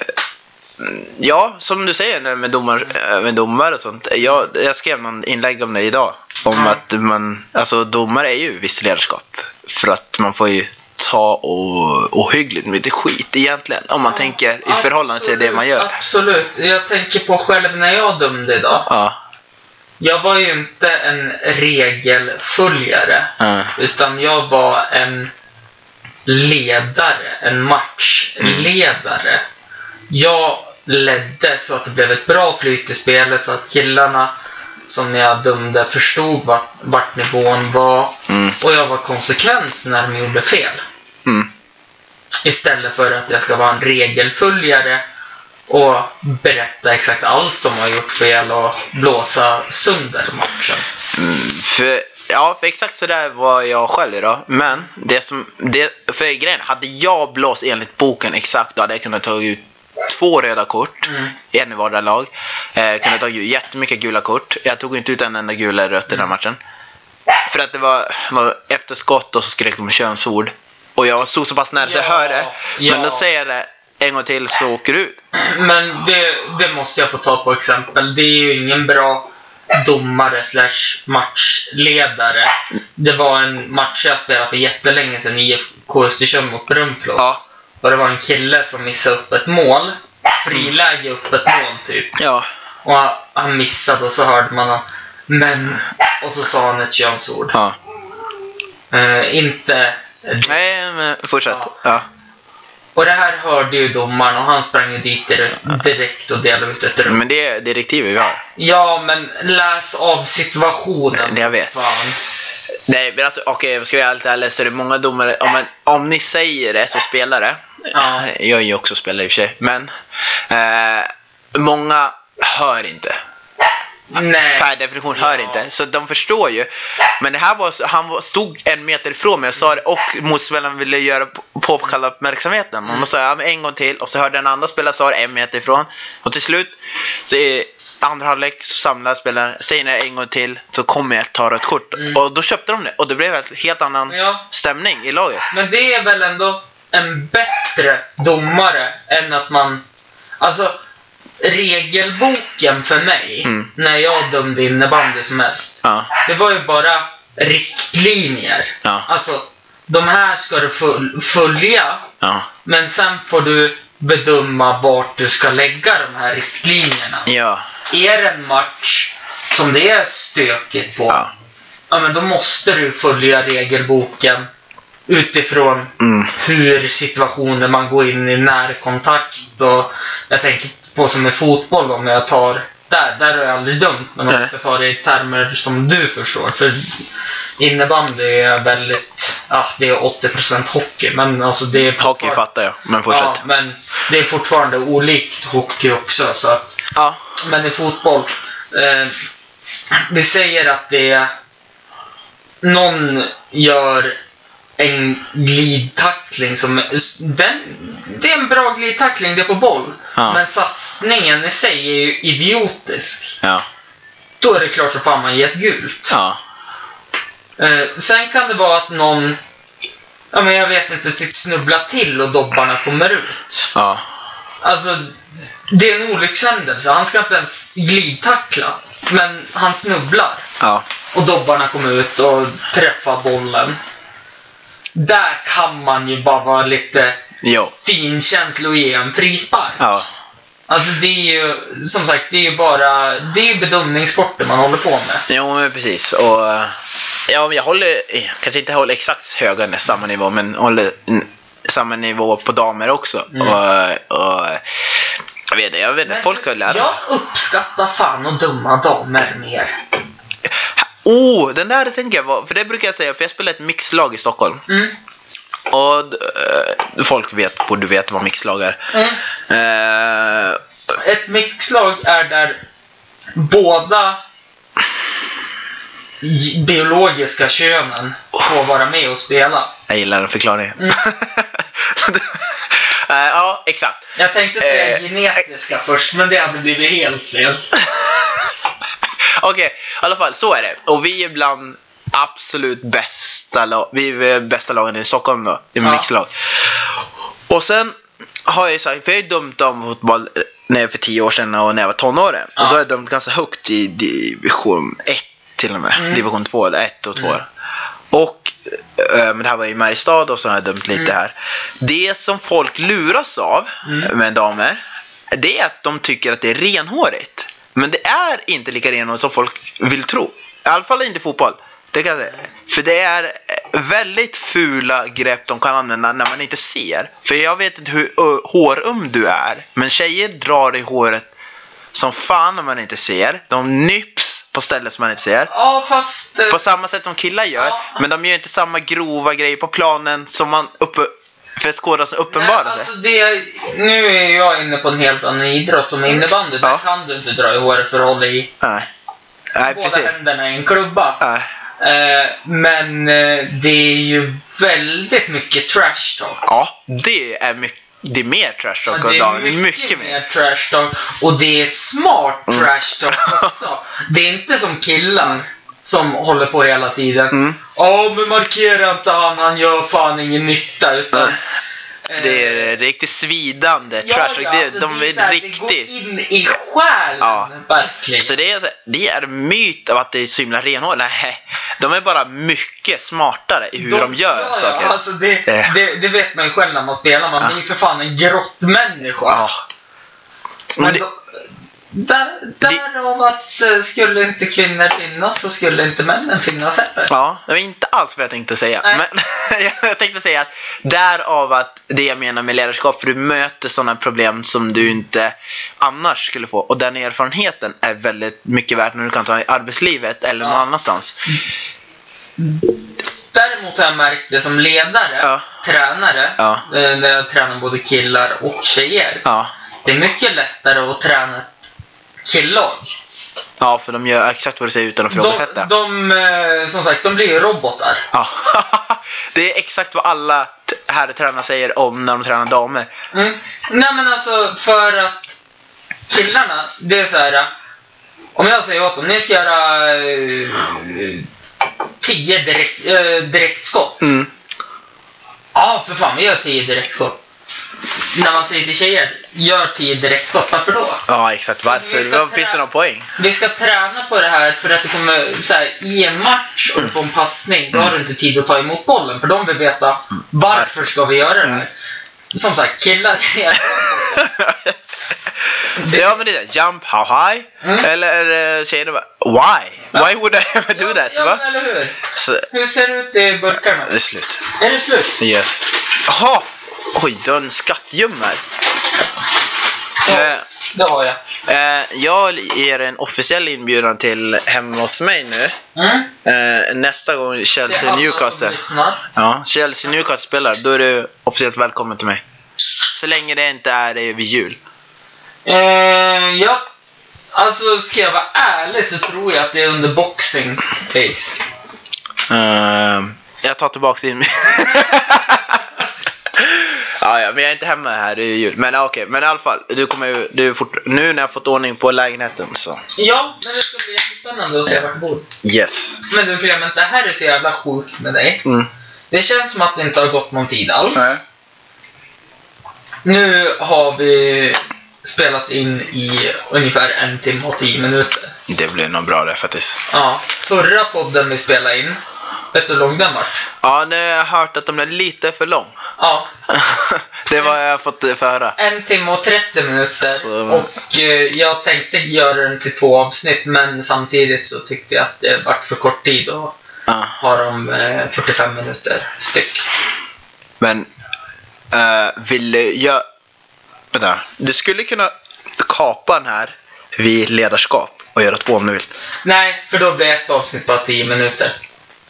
Speaker 4: ja, som du säger nu med domar, eh, med domar och sånt. Jag, jag skrev någon inlägg om det idag. Om
Speaker 2: Mm.
Speaker 4: att man... Alltså domare är ju visst ledarskap. För att man får ju ta och ohyggligt mycket skit egentligen. Om man tänker i förhållande till det man gör.
Speaker 2: Absolut. Jag tänker på själv när jag dömde idag.
Speaker 4: Ja.
Speaker 2: Jag var ju inte en regelföljare.
Speaker 4: ja.
Speaker 2: Utan jag var en ledare, en matchledare. Jag ledde så att det blev ett bra flyt i spelet så att killarna som jag dömde förstod vart, vart nivån var
Speaker 4: Mm.
Speaker 2: och jag var konsekvens när de gjorde fel.
Speaker 4: Mm.
Speaker 2: Istället för att jag ska vara en regelföljare och berätta exakt allt de har gjort fel och blåsa sönder matchen.
Speaker 4: För, ja, för exakt sådär var jag själv idag. Men det som, det, för grejen, är, hade jag blåst enligt boken exakt då hade jag kunnat ta ut två röda kort,
Speaker 2: Mm.
Speaker 4: en i vardera lag. Eh, kunnat ta ut jättemycket gula kort. Jag tog inte ut en enda gul eller rött i
Speaker 2: Mm.
Speaker 4: den här matchen. För att det var, var efter skott och så skrek de könsord. Och jag stod så pass nära så jag
Speaker 2: Ja,
Speaker 4: hörde. Men
Speaker 2: ja.
Speaker 4: då säger jag det en gång till så åker du ut.
Speaker 2: Men det, det måste jag få ta på exempel. Det är ju ingen bra domare slash matchledare. Det var en match jag spelade för jättelänge sedan, IFK Östersund mot Brunflo.
Speaker 4: Ja.
Speaker 2: Och det var en kille som missade upp ett mål. Friläge upp ett mål typ.
Speaker 4: Ja.
Speaker 2: Och han- han missade och så hörde man han, men. Och så sa han ett könsord.
Speaker 4: ja.
Speaker 2: Eh, inte...
Speaker 4: Nej, men fortsätt.
Speaker 2: Ja.
Speaker 4: Ja.
Speaker 2: Och det här hörde ju domaren och han sprang ju dit direkt- direkt och delade ut ett rött.
Speaker 4: Men det är direktivet vi har.
Speaker 2: Ja, men läs av situationen.
Speaker 4: Det jag vet.
Speaker 2: Fan.
Speaker 4: Nej, men alltså okej, ska jag vara helt ärlig så är det många domare. Om, man, om ni säger det så spelar det.
Speaker 2: Ja.
Speaker 4: Jag är ju också spelare i och för sig, men eh, många hör inte.
Speaker 2: Nej.
Speaker 4: Per definition hör
Speaker 2: Ja.
Speaker 4: inte, så de förstår ju. Men det här var, så- han var, stod en meter ifrån mig och sa det och motspelaren ville göra på- påkalla uppmärksamheten. Och då sa jag "Ja, men en gång till och så hörde den andra spelaren sa det en meter ifrån. Och till slut, så i andra halvlek, så samlar spelaren, säger ni en gång till så kommer jag ta rött kort.
Speaker 2: Mm.
Speaker 4: Och då köpte de det och det blev en helt annan
Speaker 2: Ja.
Speaker 4: stämning i laget.
Speaker 2: Men det är väl ändå en bättre domare än att man... Alltså, regelboken för mig,
Speaker 4: Mm.
Speaker 2: när jag dömde innebandy som mest,
Speaker 4: Ja,
Speaker 2: det var ju bara riktlinjer.
Speaker 4: ja,
Speaker 2: Alltså, de här ska du full, följa,
Speaker 4: ja.
Speaker 2: men sen får du bedöma vart du ska lägga de här riktlinjerna.
Speaker 4: Ja,
Speaker 2: Är det en match som det är stökigt på,
Speaker 4: ja.
Speaker 2: ja men då måste du följa regelboken utifrån
Speaker 4: Mm.
Speaker 2: hur situationer man går in i närkontakt och jag tänker på som i fotboll om jag tar där, där har jag aldrig dömt men om jag
Speaker 4: Nej.
Speaker 2: ska ta det i termer som du förstår för innebandy är väldigt, ja det är 80% hockey men alltså det är
Speaker 4: Hockey
Speaker 2: fortfarande-
Speaker 4: fattar jag, men
Speaker 2: Ja,
Speaker 4: fortsätt.
Speaker 2: men det är fortfarande olikt hockey också så att
Speaker 4: Ja,
Speaker 2: men i fotboll. Eh, vi säger att det är... Någon gör en glidtackling som... Den, det är en bra glidtackling, det är på boll.
Speaker 4: Ja.
Speaker 2: Men satsningen i sig är ju idiotisk.
Speaker 4: ja,
Speaker 2: Då är det klart så fan man ger ett gult.
Speaker 4: ja.
Speaker 2: Eh, sen kan det vara att någon... Ja, men jag vet inte, typ snubblar till och dobbarna kommer ut.
Speaker 4: ja.
Speaker 2: Alltså, det är en olyckshändelse. Han ska inte ens glidtackla. Men han snubblar.
Speaker 4: ja.
Speaker 2: Och dobbarna kom ut och träffar bollen. Där kan man ju bara vara lite
Speaker 4: Jo.
Speaker 2: finkänslig och ge en frispark.
Speaker 4: Ja.
Speaker 2: Alltså det är ju, som sagt, det är ju bara, det är ju bedömningssporter man håller på med.
Speaker 4: Jo, men precis. Och, eh, ja, men jag håller, eh, kanske inte håller exakt höga nä- samma nivå, men håller mm, samma nivå på damer också.
Speaker 2: Mm.
Speaker 4: Och, och, jag vet inte, jag vet inte folk har lärt
Speaker 2: Jag uppskattar fan att döma damer mer.
Speaker 4: Oh, den där tänker jag var, för det brukar jag säga, för jag spelar ett mixlag i Stockholm.
Speaker 2: Mm.
Speaker 4: Och eh, folk vet, borde veta vad mixlag är.
Speaker 2: Mm.
Speaker 4: Eh,
Speaker 2: Ett mixlag är där båda j- biologiska könen får vara med och spela.
Speaker 4: jag gillar den förklaringen.
Speaker 2: Mm.
Speaker 4: Eh, ja, exakt.
Speaker 2: Jag tänkte säga
Speaker 4: Eh,
Speaker 2: genetiska först, men det hade blivit helt fel.
Speaker 4: Okej, i alla fall så är det. Och vi är bland absolut bästa lag. Vi är bästa lagen i Stockholm då. I
Speaker 2: Ja.
Speaker 4: mixlag. Och sen har jag ju sagt, för jag har ju dömt om fotboll eh, när jag för tio år sedan och när jag var tonåring.
Speaker 2: Ja.
Speaker 4: Och då har jag dömt ganska högt i division 1 till och med.
Speaker 2: Mm.
Speaker 4: Division 2, eller 1 och 2.
Speaker 2: Mm.
Speaker 4: Och eh, men det här var i Mariestad och så har jag dömt lite
Speaker 2: Mm.
Speaker 4: här. Det som folk luras av
Speaker 2: Mm.
Speaker 4: med damer, det är att de tycker att det är renhårigt. Men det är inte lika renhårigt som folk vill tro. I alla fall inte i fotboll. Det kan jag säga. För det är eh, väldigt fula grepp de kan använda när man inte ser. För jag vet inte hur ö, håröm du är, men tjejer drar i håret som fan om man inte ser. De nyps på ställen som man inte ser.
Speaker 2: Ja, fast... eh,
Speaker 4: På samma sätt som killar gör,
Speaker 2: Ja.
Speaker 4: men de gör inte samma grova grejer på planen som man uppe, för skådisen uppenbarar
Speaker 2: Nej,
Speaker 4: sig.
Speaker 2: alltså det, nu är jag inne på en helt annan idrott som innebandy. Där
Speaker 4: Ja.
Speaker 2: kan du inte dra i håret för att hålla i
Speaker 4: Nej, Nej
Speaker 2: båda
Speaker 4: precis.
Speaker 2: händerna i en klubba.
Speaker 4: Nej.
Speaker 2: Eh, men eh, det är ju väldigt mycket trash talk.
Speaker 4: Ja, det är, mycket, det är mer trash talk
Speaker 2: det är
Speaker 4: idag.
Speaker 2: mycket, mer
Speaker 4: mer.
Speaker 2: trash talk. Och det är smart trash talk också. Det är inte som killar som håller på hela tiden.
Speaker 4: Mm.
Speaker 2: Ja, men markera inte han, han gör fan ingen nytta. Utan, eh,
Speaker 4: Det är eh, riktigt svidande trash talk. det,
Speaker 2: alltså,
Speaker 4: de är,
Speaker 2: så här,
Speaker 4: riktigt...
Speaker 2: Det går in i själen,
Speaker 4: Ja.
Speaker 2: verkligen.
Speaker 4: Så det är, det är en myt av att det är så himla renhåriga. Nej, de är bara mycket smartare i hur de, gör
Speaker 2: ja,
Speaker 4: saker.
Speaker 2: Ja, alltså det,
Speaker 4: Eh.
Speaker 2: det, det vet man ju själv när man spelar. Man
Speaker 4: Ja.
Speaker 2: blir ju för fan en grottmänniska.
Speaker 4: ja. Men
Speaker 2: Men
Speaker 4: det-
Speaker 2: då, där, därav att eh, skulle inte kvinnor finnas så skulle inte männen finnas heller.
Speaker 4: Ja, det var inte alls vad jag tänkte säga.
Speaker 2: Nej.
Speaker 4: Men jag tänkte säga att därav att det jag menar med ledarskap, för du möter sådana problem som du inte annars skulle få. Och den erfarenheten är väldigt mycket värt när du kan ta i arbetslivet eller någon
Speaker 2: Ja.
Speaker 4: annanstans.
Speaker 2: Däremot har jag märkt det som ledare,
Speaker 4: Ja.
Speaker 2: tränare,
Speaker 4: Ja.
Speaker 2: eh, när jag tränar både killar och tjejer.
Speaker 4: Ja.
Speaker 2: Det är mycket lättare att träna ett killag.
Speaker 4: ja, för de gör exakt vad du säger utan att ifrågasätta.
Speaker 2: De, de, eh, som sagt, de blir ju robotar.
Speaker 4: Ja. det är exakt vad alla t- herrtränare säger om när de tränar damer.
Speaker 2: Mm. Nej men alltså för att killarna, det är så här. eh, Om jag säger åt dem, ni ska göra eh, tio direkt, eh, direktskott.
Speaker 4: Mm.
Speaker 2: Ja, för fan vi gör tio direktskott. När man säger till tjejer, gör tio direktskott. Varför då?
Speaker 4: Ja, exakt.
Speaker 2: Vi
Speaker 4: Varför?
Speaker 2: ska
Speaker 4: Vad finns det någon poäng?
Speaker 2: Vi ska träna på det här för att det kommer så här, i en match och du får en passning, då har du inte tid att ta emot bollen. För de vill veta varför ska vi göra det här. Som sagt, killar är...
Speaker 4: ja men det är jump how high.
Speaker 2: Mm.
Speaker 4: Eller eh, tjejerna bara why? Why would I ever do that?
Speaker 2: Ja,
Speaker 4: va?
Speaker 2: men eller hur?
Speaker 4: Så,
Speaker 2: Hur ser det ut i burkarna?
Speaker 4: det är slut.
Speaker 2: Är det slut?
Speaker 4: Yes. Jaha! Oj, du har en skattgömma här.
Speaker 2: Ja,
Speaker 4: Eh,
Speaker 2: det har jag.
Speaker 4: eh, jag ger en officiell inbjudan till hemma hos mig nu.
Speaker 2: Mm.
Speaker 4: Eh, nästa gång
Speaker 2: Det är alla som
Speaker 4: Chelsea-Newcastle.
Speaker 2: lyssnar.
Speaker 4: Ja, Chelsea Newcastle spelar, då är du officiellt välkommen till mig. Så länge det inte är eh, vid jul.
Speaker 2: Eh, ja. Alltså, ska jag vara ärlig så tror jag att det är under boxing days.
Speaker 4: Ehm, jag tar tillbaks in ja, ja, men jag är inte hemma här, det är jul. Men ja, okej, men i alla fall. Du kommer ju, du fort, nu när jag fått ordning på lägenheten så.
Speaker 2: Ja, men det ska bli jättespännande att se vart du bor.
Speaker 4: Yes.
Speaker 2: Men du Clement, det här är så jävla sjukt med dig.
Speaker 4: Mm.
Speaker 2: Det känns som att det inte har gått någon tid alls. Nu har vi spelat in i ungefär en timme och tio minuter.
Speaker 4: Det blir nog bra det faktiskt.
Speaker 2: Ja, förra podden vi spelade in, vet du hur lång den var?
Speaker 4: Ja, nu har jag hört att de är lite för lång.
Speaker 2: Ja,
Speaker 4: det var jag har fått eh, förhöra.
Speaker 2: en timme och 30 minuter.
Speaker 4: Så-
Speaker 2: Och eh, jag tänkte göra den till två avsnitt, men samtidigt så tyckte jag att det vart för kort tid att
Speaker 4: Ja.
Speaker 2: ha dem eh, 45 minuter styck.
Speaker 4: Men eh, vill jag... Vänta. Du skulle kunna kapa den här vid ledarskap och göra två om du vill.
Speaker 2: Nej, för då blir ett avsnitt bara 10 minuter.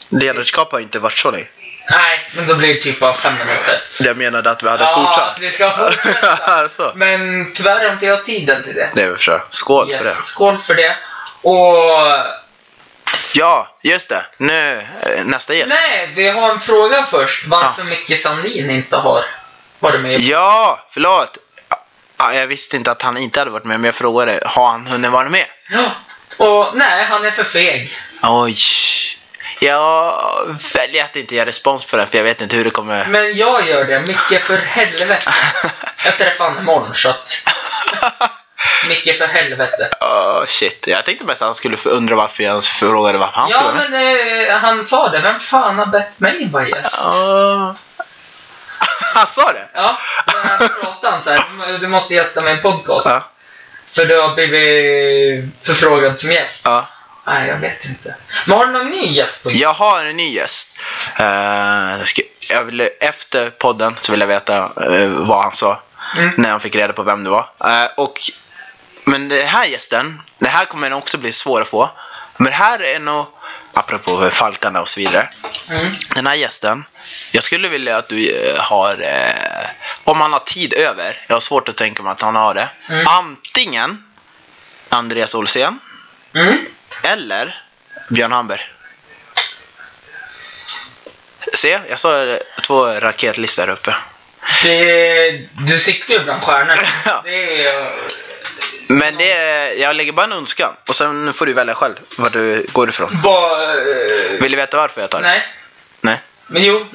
Speaker 4: Ledarskap har inte varit så länge.
Speaker 2: Nej, men då blir det typ bara 5 minuter.
Speaker 4: Jag menade att vi hade
Speaker 2: ja,
Speaker 4: fortsatt.
Speaker 2: vi ska fortsätta.
Speaker 4: så.
Speaker 2: Men tyvärr har inte jag tiden till det.
Speaker 4: Det är väl för. Skål för det.
Speaker 2: Yes, skål för det. Och
Speaker 4: Ja, just det. Nu, eh, nästa gäst.
Speaker 2: Nej, vi har en fråga först. Varför Micke Sandin inte har varit med i
Speaker 4: Ja, förlåt. Ja, jag visste inte att han inte hade varit med, men jag frågade. Har han hunnit vara med?
Speaker 2: Ja. Och nej, han är för feg.
Speaker 4: Oj. Jag väljer att inte ge respons på den, för jag vet inte hur det kommer...
Speaker 2: Men jag gör det. Micke, för helvete. Jag träffar honom imorgon, så att... Micke, för helvete.
Speaker 4: Åh shit. Jag tänkte mest att han skulle undra varför jag ens frågade varför han skulle
Speaker 2: Ja,
Speaker 4: vara med.
Speaker 2: men eh, han sa det. Vem fan har bett mig vara gäst?
Speaker 4: Åh. han sa det?
Speaker 2: Ja, när han pratade han så här. Du måste gästa med en podcast.
Speaker 4: Ja.
Speaker 2: För du har blivit förfrågad som gäst.
Speaker 4: ja.
Speaker 2: Nej, jag vet inte. Men har du någon ny gäst på
Speaker 4: Jag har en ny gäst. Eh, jag ska- jag ville, efter podden så vill jag veta eh, vad han sa.
Speaker 2: Mm.
Speaker 4: När han fick reda på vem det var. Eh, och, men den här gästen, den här kommer nog också bli svår att få. Men det här är nog, apropå Falkarna och så vidare.
Speaker 2: Mm.
Speaker 4: Den här gästen, jag skulle vilja att du eh, har, eh, om han har tid över, jag har svårt att tänka mig att han har det.
Speaker 2: Mm.
Speaker 4: Antingen Andreas Olsén
Speaker 2: Mm.
Speaker 4: eller Björn Hamberg. Se, jag sa eh, två raketlistor här uppe.
Speaker 2: Det, du siktar ju bland stjärnorna.
Speaker 4: Ja.
Speaker 2: Det är...
Speaker 4: Men det, är- jag lägger bara en önskan och sen får du välja själv var du går ifrån.
Speaker 2: Bara... eh,
Speaker 4: Vill du veta varför jag tar det?
Speaker 2: Nej.
Speaker 4: Nej.
Speaker 2: Men jo.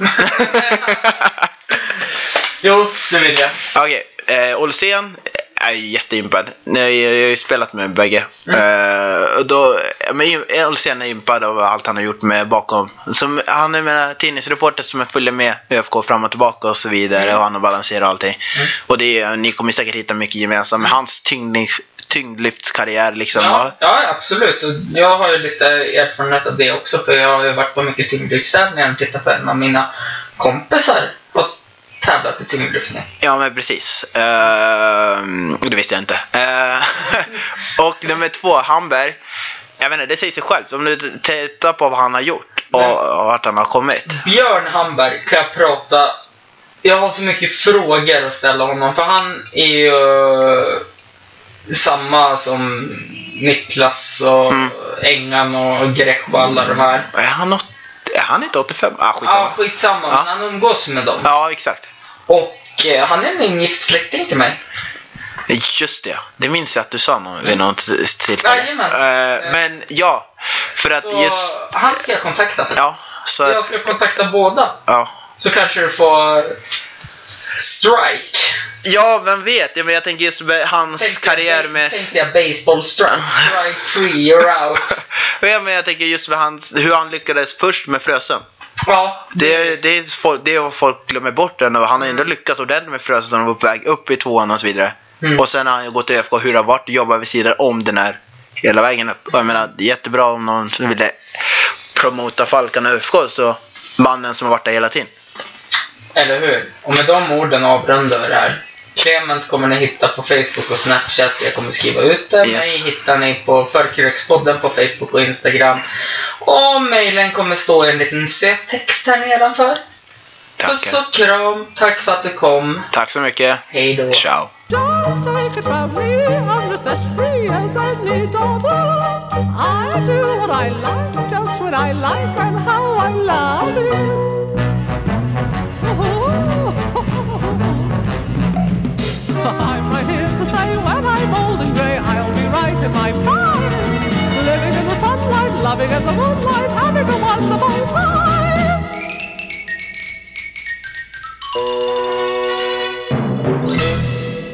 Speaker 2: jo, det vill jag.
Speaker 4: Okej, eh, Olsén är ju jätteimpad. Nej, Jag jag har ju spelat med bägge. Eh, och då, men ju- Olsén är impad av allt han har gjort med bakom. Som, han är med tidningsreporter som följer med ÖFK fram och tillbaka och så vidare. Och han har balanserat allting. Och det är, ni kommer säkert hitta mycket gemensamt. Men hans tyngdlings, tyngdlyftskarriär liksom.
Speaker 2: Ja,
Speaker 4: Ja.
Speaker 2: ja, absolut. Och Jag har ju lite erfarenhet av det också. För jag har ju varit på mycket tyngdlyftstävlingar och tittat på en av mina kompisar har tävlat i tyngdlyftning.
Speaker 4: ja, men precis. Eh, det visste jag inte. Eh, och nummer två, Hamberg. Jag vet inte, det säger sig självt. Om du t- tittar på vad han har gjort och, och vart han har kommit.
Speaker 2: Björn Hamberg kan jag prata... Jag har så mycket frågor att ställa honom för han är ju eh, samma som Niklas och
Speaker 4: Mm.
Speaker 2: Engan och Grech och alla de här.
Speaker 4: Är han, åt, är han inte 85? Ah, skitsamma.
Speaker 2: Ja, skitsamma.
Speaker 4: Ja.
Speaker 2: Men han umgås med dem.
Speaker 4: Ja, exakt.
Speaker 2: Och eh, han är en ingift släkting till mig.
Speaker 4: Just det. Det minns jag att du sa någon, vid något tillfälle.
Speaker 2: Jajamän.
Speaker 4: Eh, men ja, för att
Speaker 2: Så
Speaker 4: just...
Speaker 2: han ska jag kontakta.
Speaker 4: Ja, så
Speaker 2: Jag
Speaker 4: att,
Speaker 2: ska kontakta båda.
Speaker 4: ja.
Speaker 2: Så kanske du får strike.
Speaker 4: ja, vem vet? Ja, men jag tänker just med hans
Speaker 2: Tänkte jag-
Speaker 4: karriär med...
Speaker 2: Tänkte jag baseball strike. Strike free, you're out.
Speaker 4: Ja, men jag tänker just med hans, hur han lyckades först med Frösön.
Speaker 2: Ja,
Speaker 4: Det, det, är folk, det är vad folk glömmer bort. Den, och han har ändå lyckats ordentligt med Frösön. Han var på väg upp i tvåan och så vidare.
Speaker 2: Mm.
Speaker 4: Och sen har han ju gått till ÖFK hur det har varit. Jobbat vid sidan om den här hela vägen upp. Jag menar, det är jättebra om någon som ville promota Falkan och ÖFK. Så mannen som har varit där hela tiden.
Speaker 2: Eller hur? Och med de orden avrundar vi det här. Clement kommer ni hitta på Facebook och Snapchat. Jag kommer skriva ut det.
Speaker 4: Yes.
Speaker 2: Mig hittar ni på Förkrökspodden på Facebook och Instagram. Och mejlen kommer stå i en liten söt text här nedanför. Puss
Speaker 4: Tack,
Speaker 2: och kram. Tack för att du kom.
Speaker 4: Tack så mycket.
Speaker 2: Hej då.
Speaker 4: Ciao.
Speaker 1: Just take it from me, I'm just as free as any daughter. I do what I like, just what I like, and how I love it. I'm right here to say when I'm old and grey, I'll be right in my prime. Living in the sunlight, loving in the moonlight, having a wonderful time.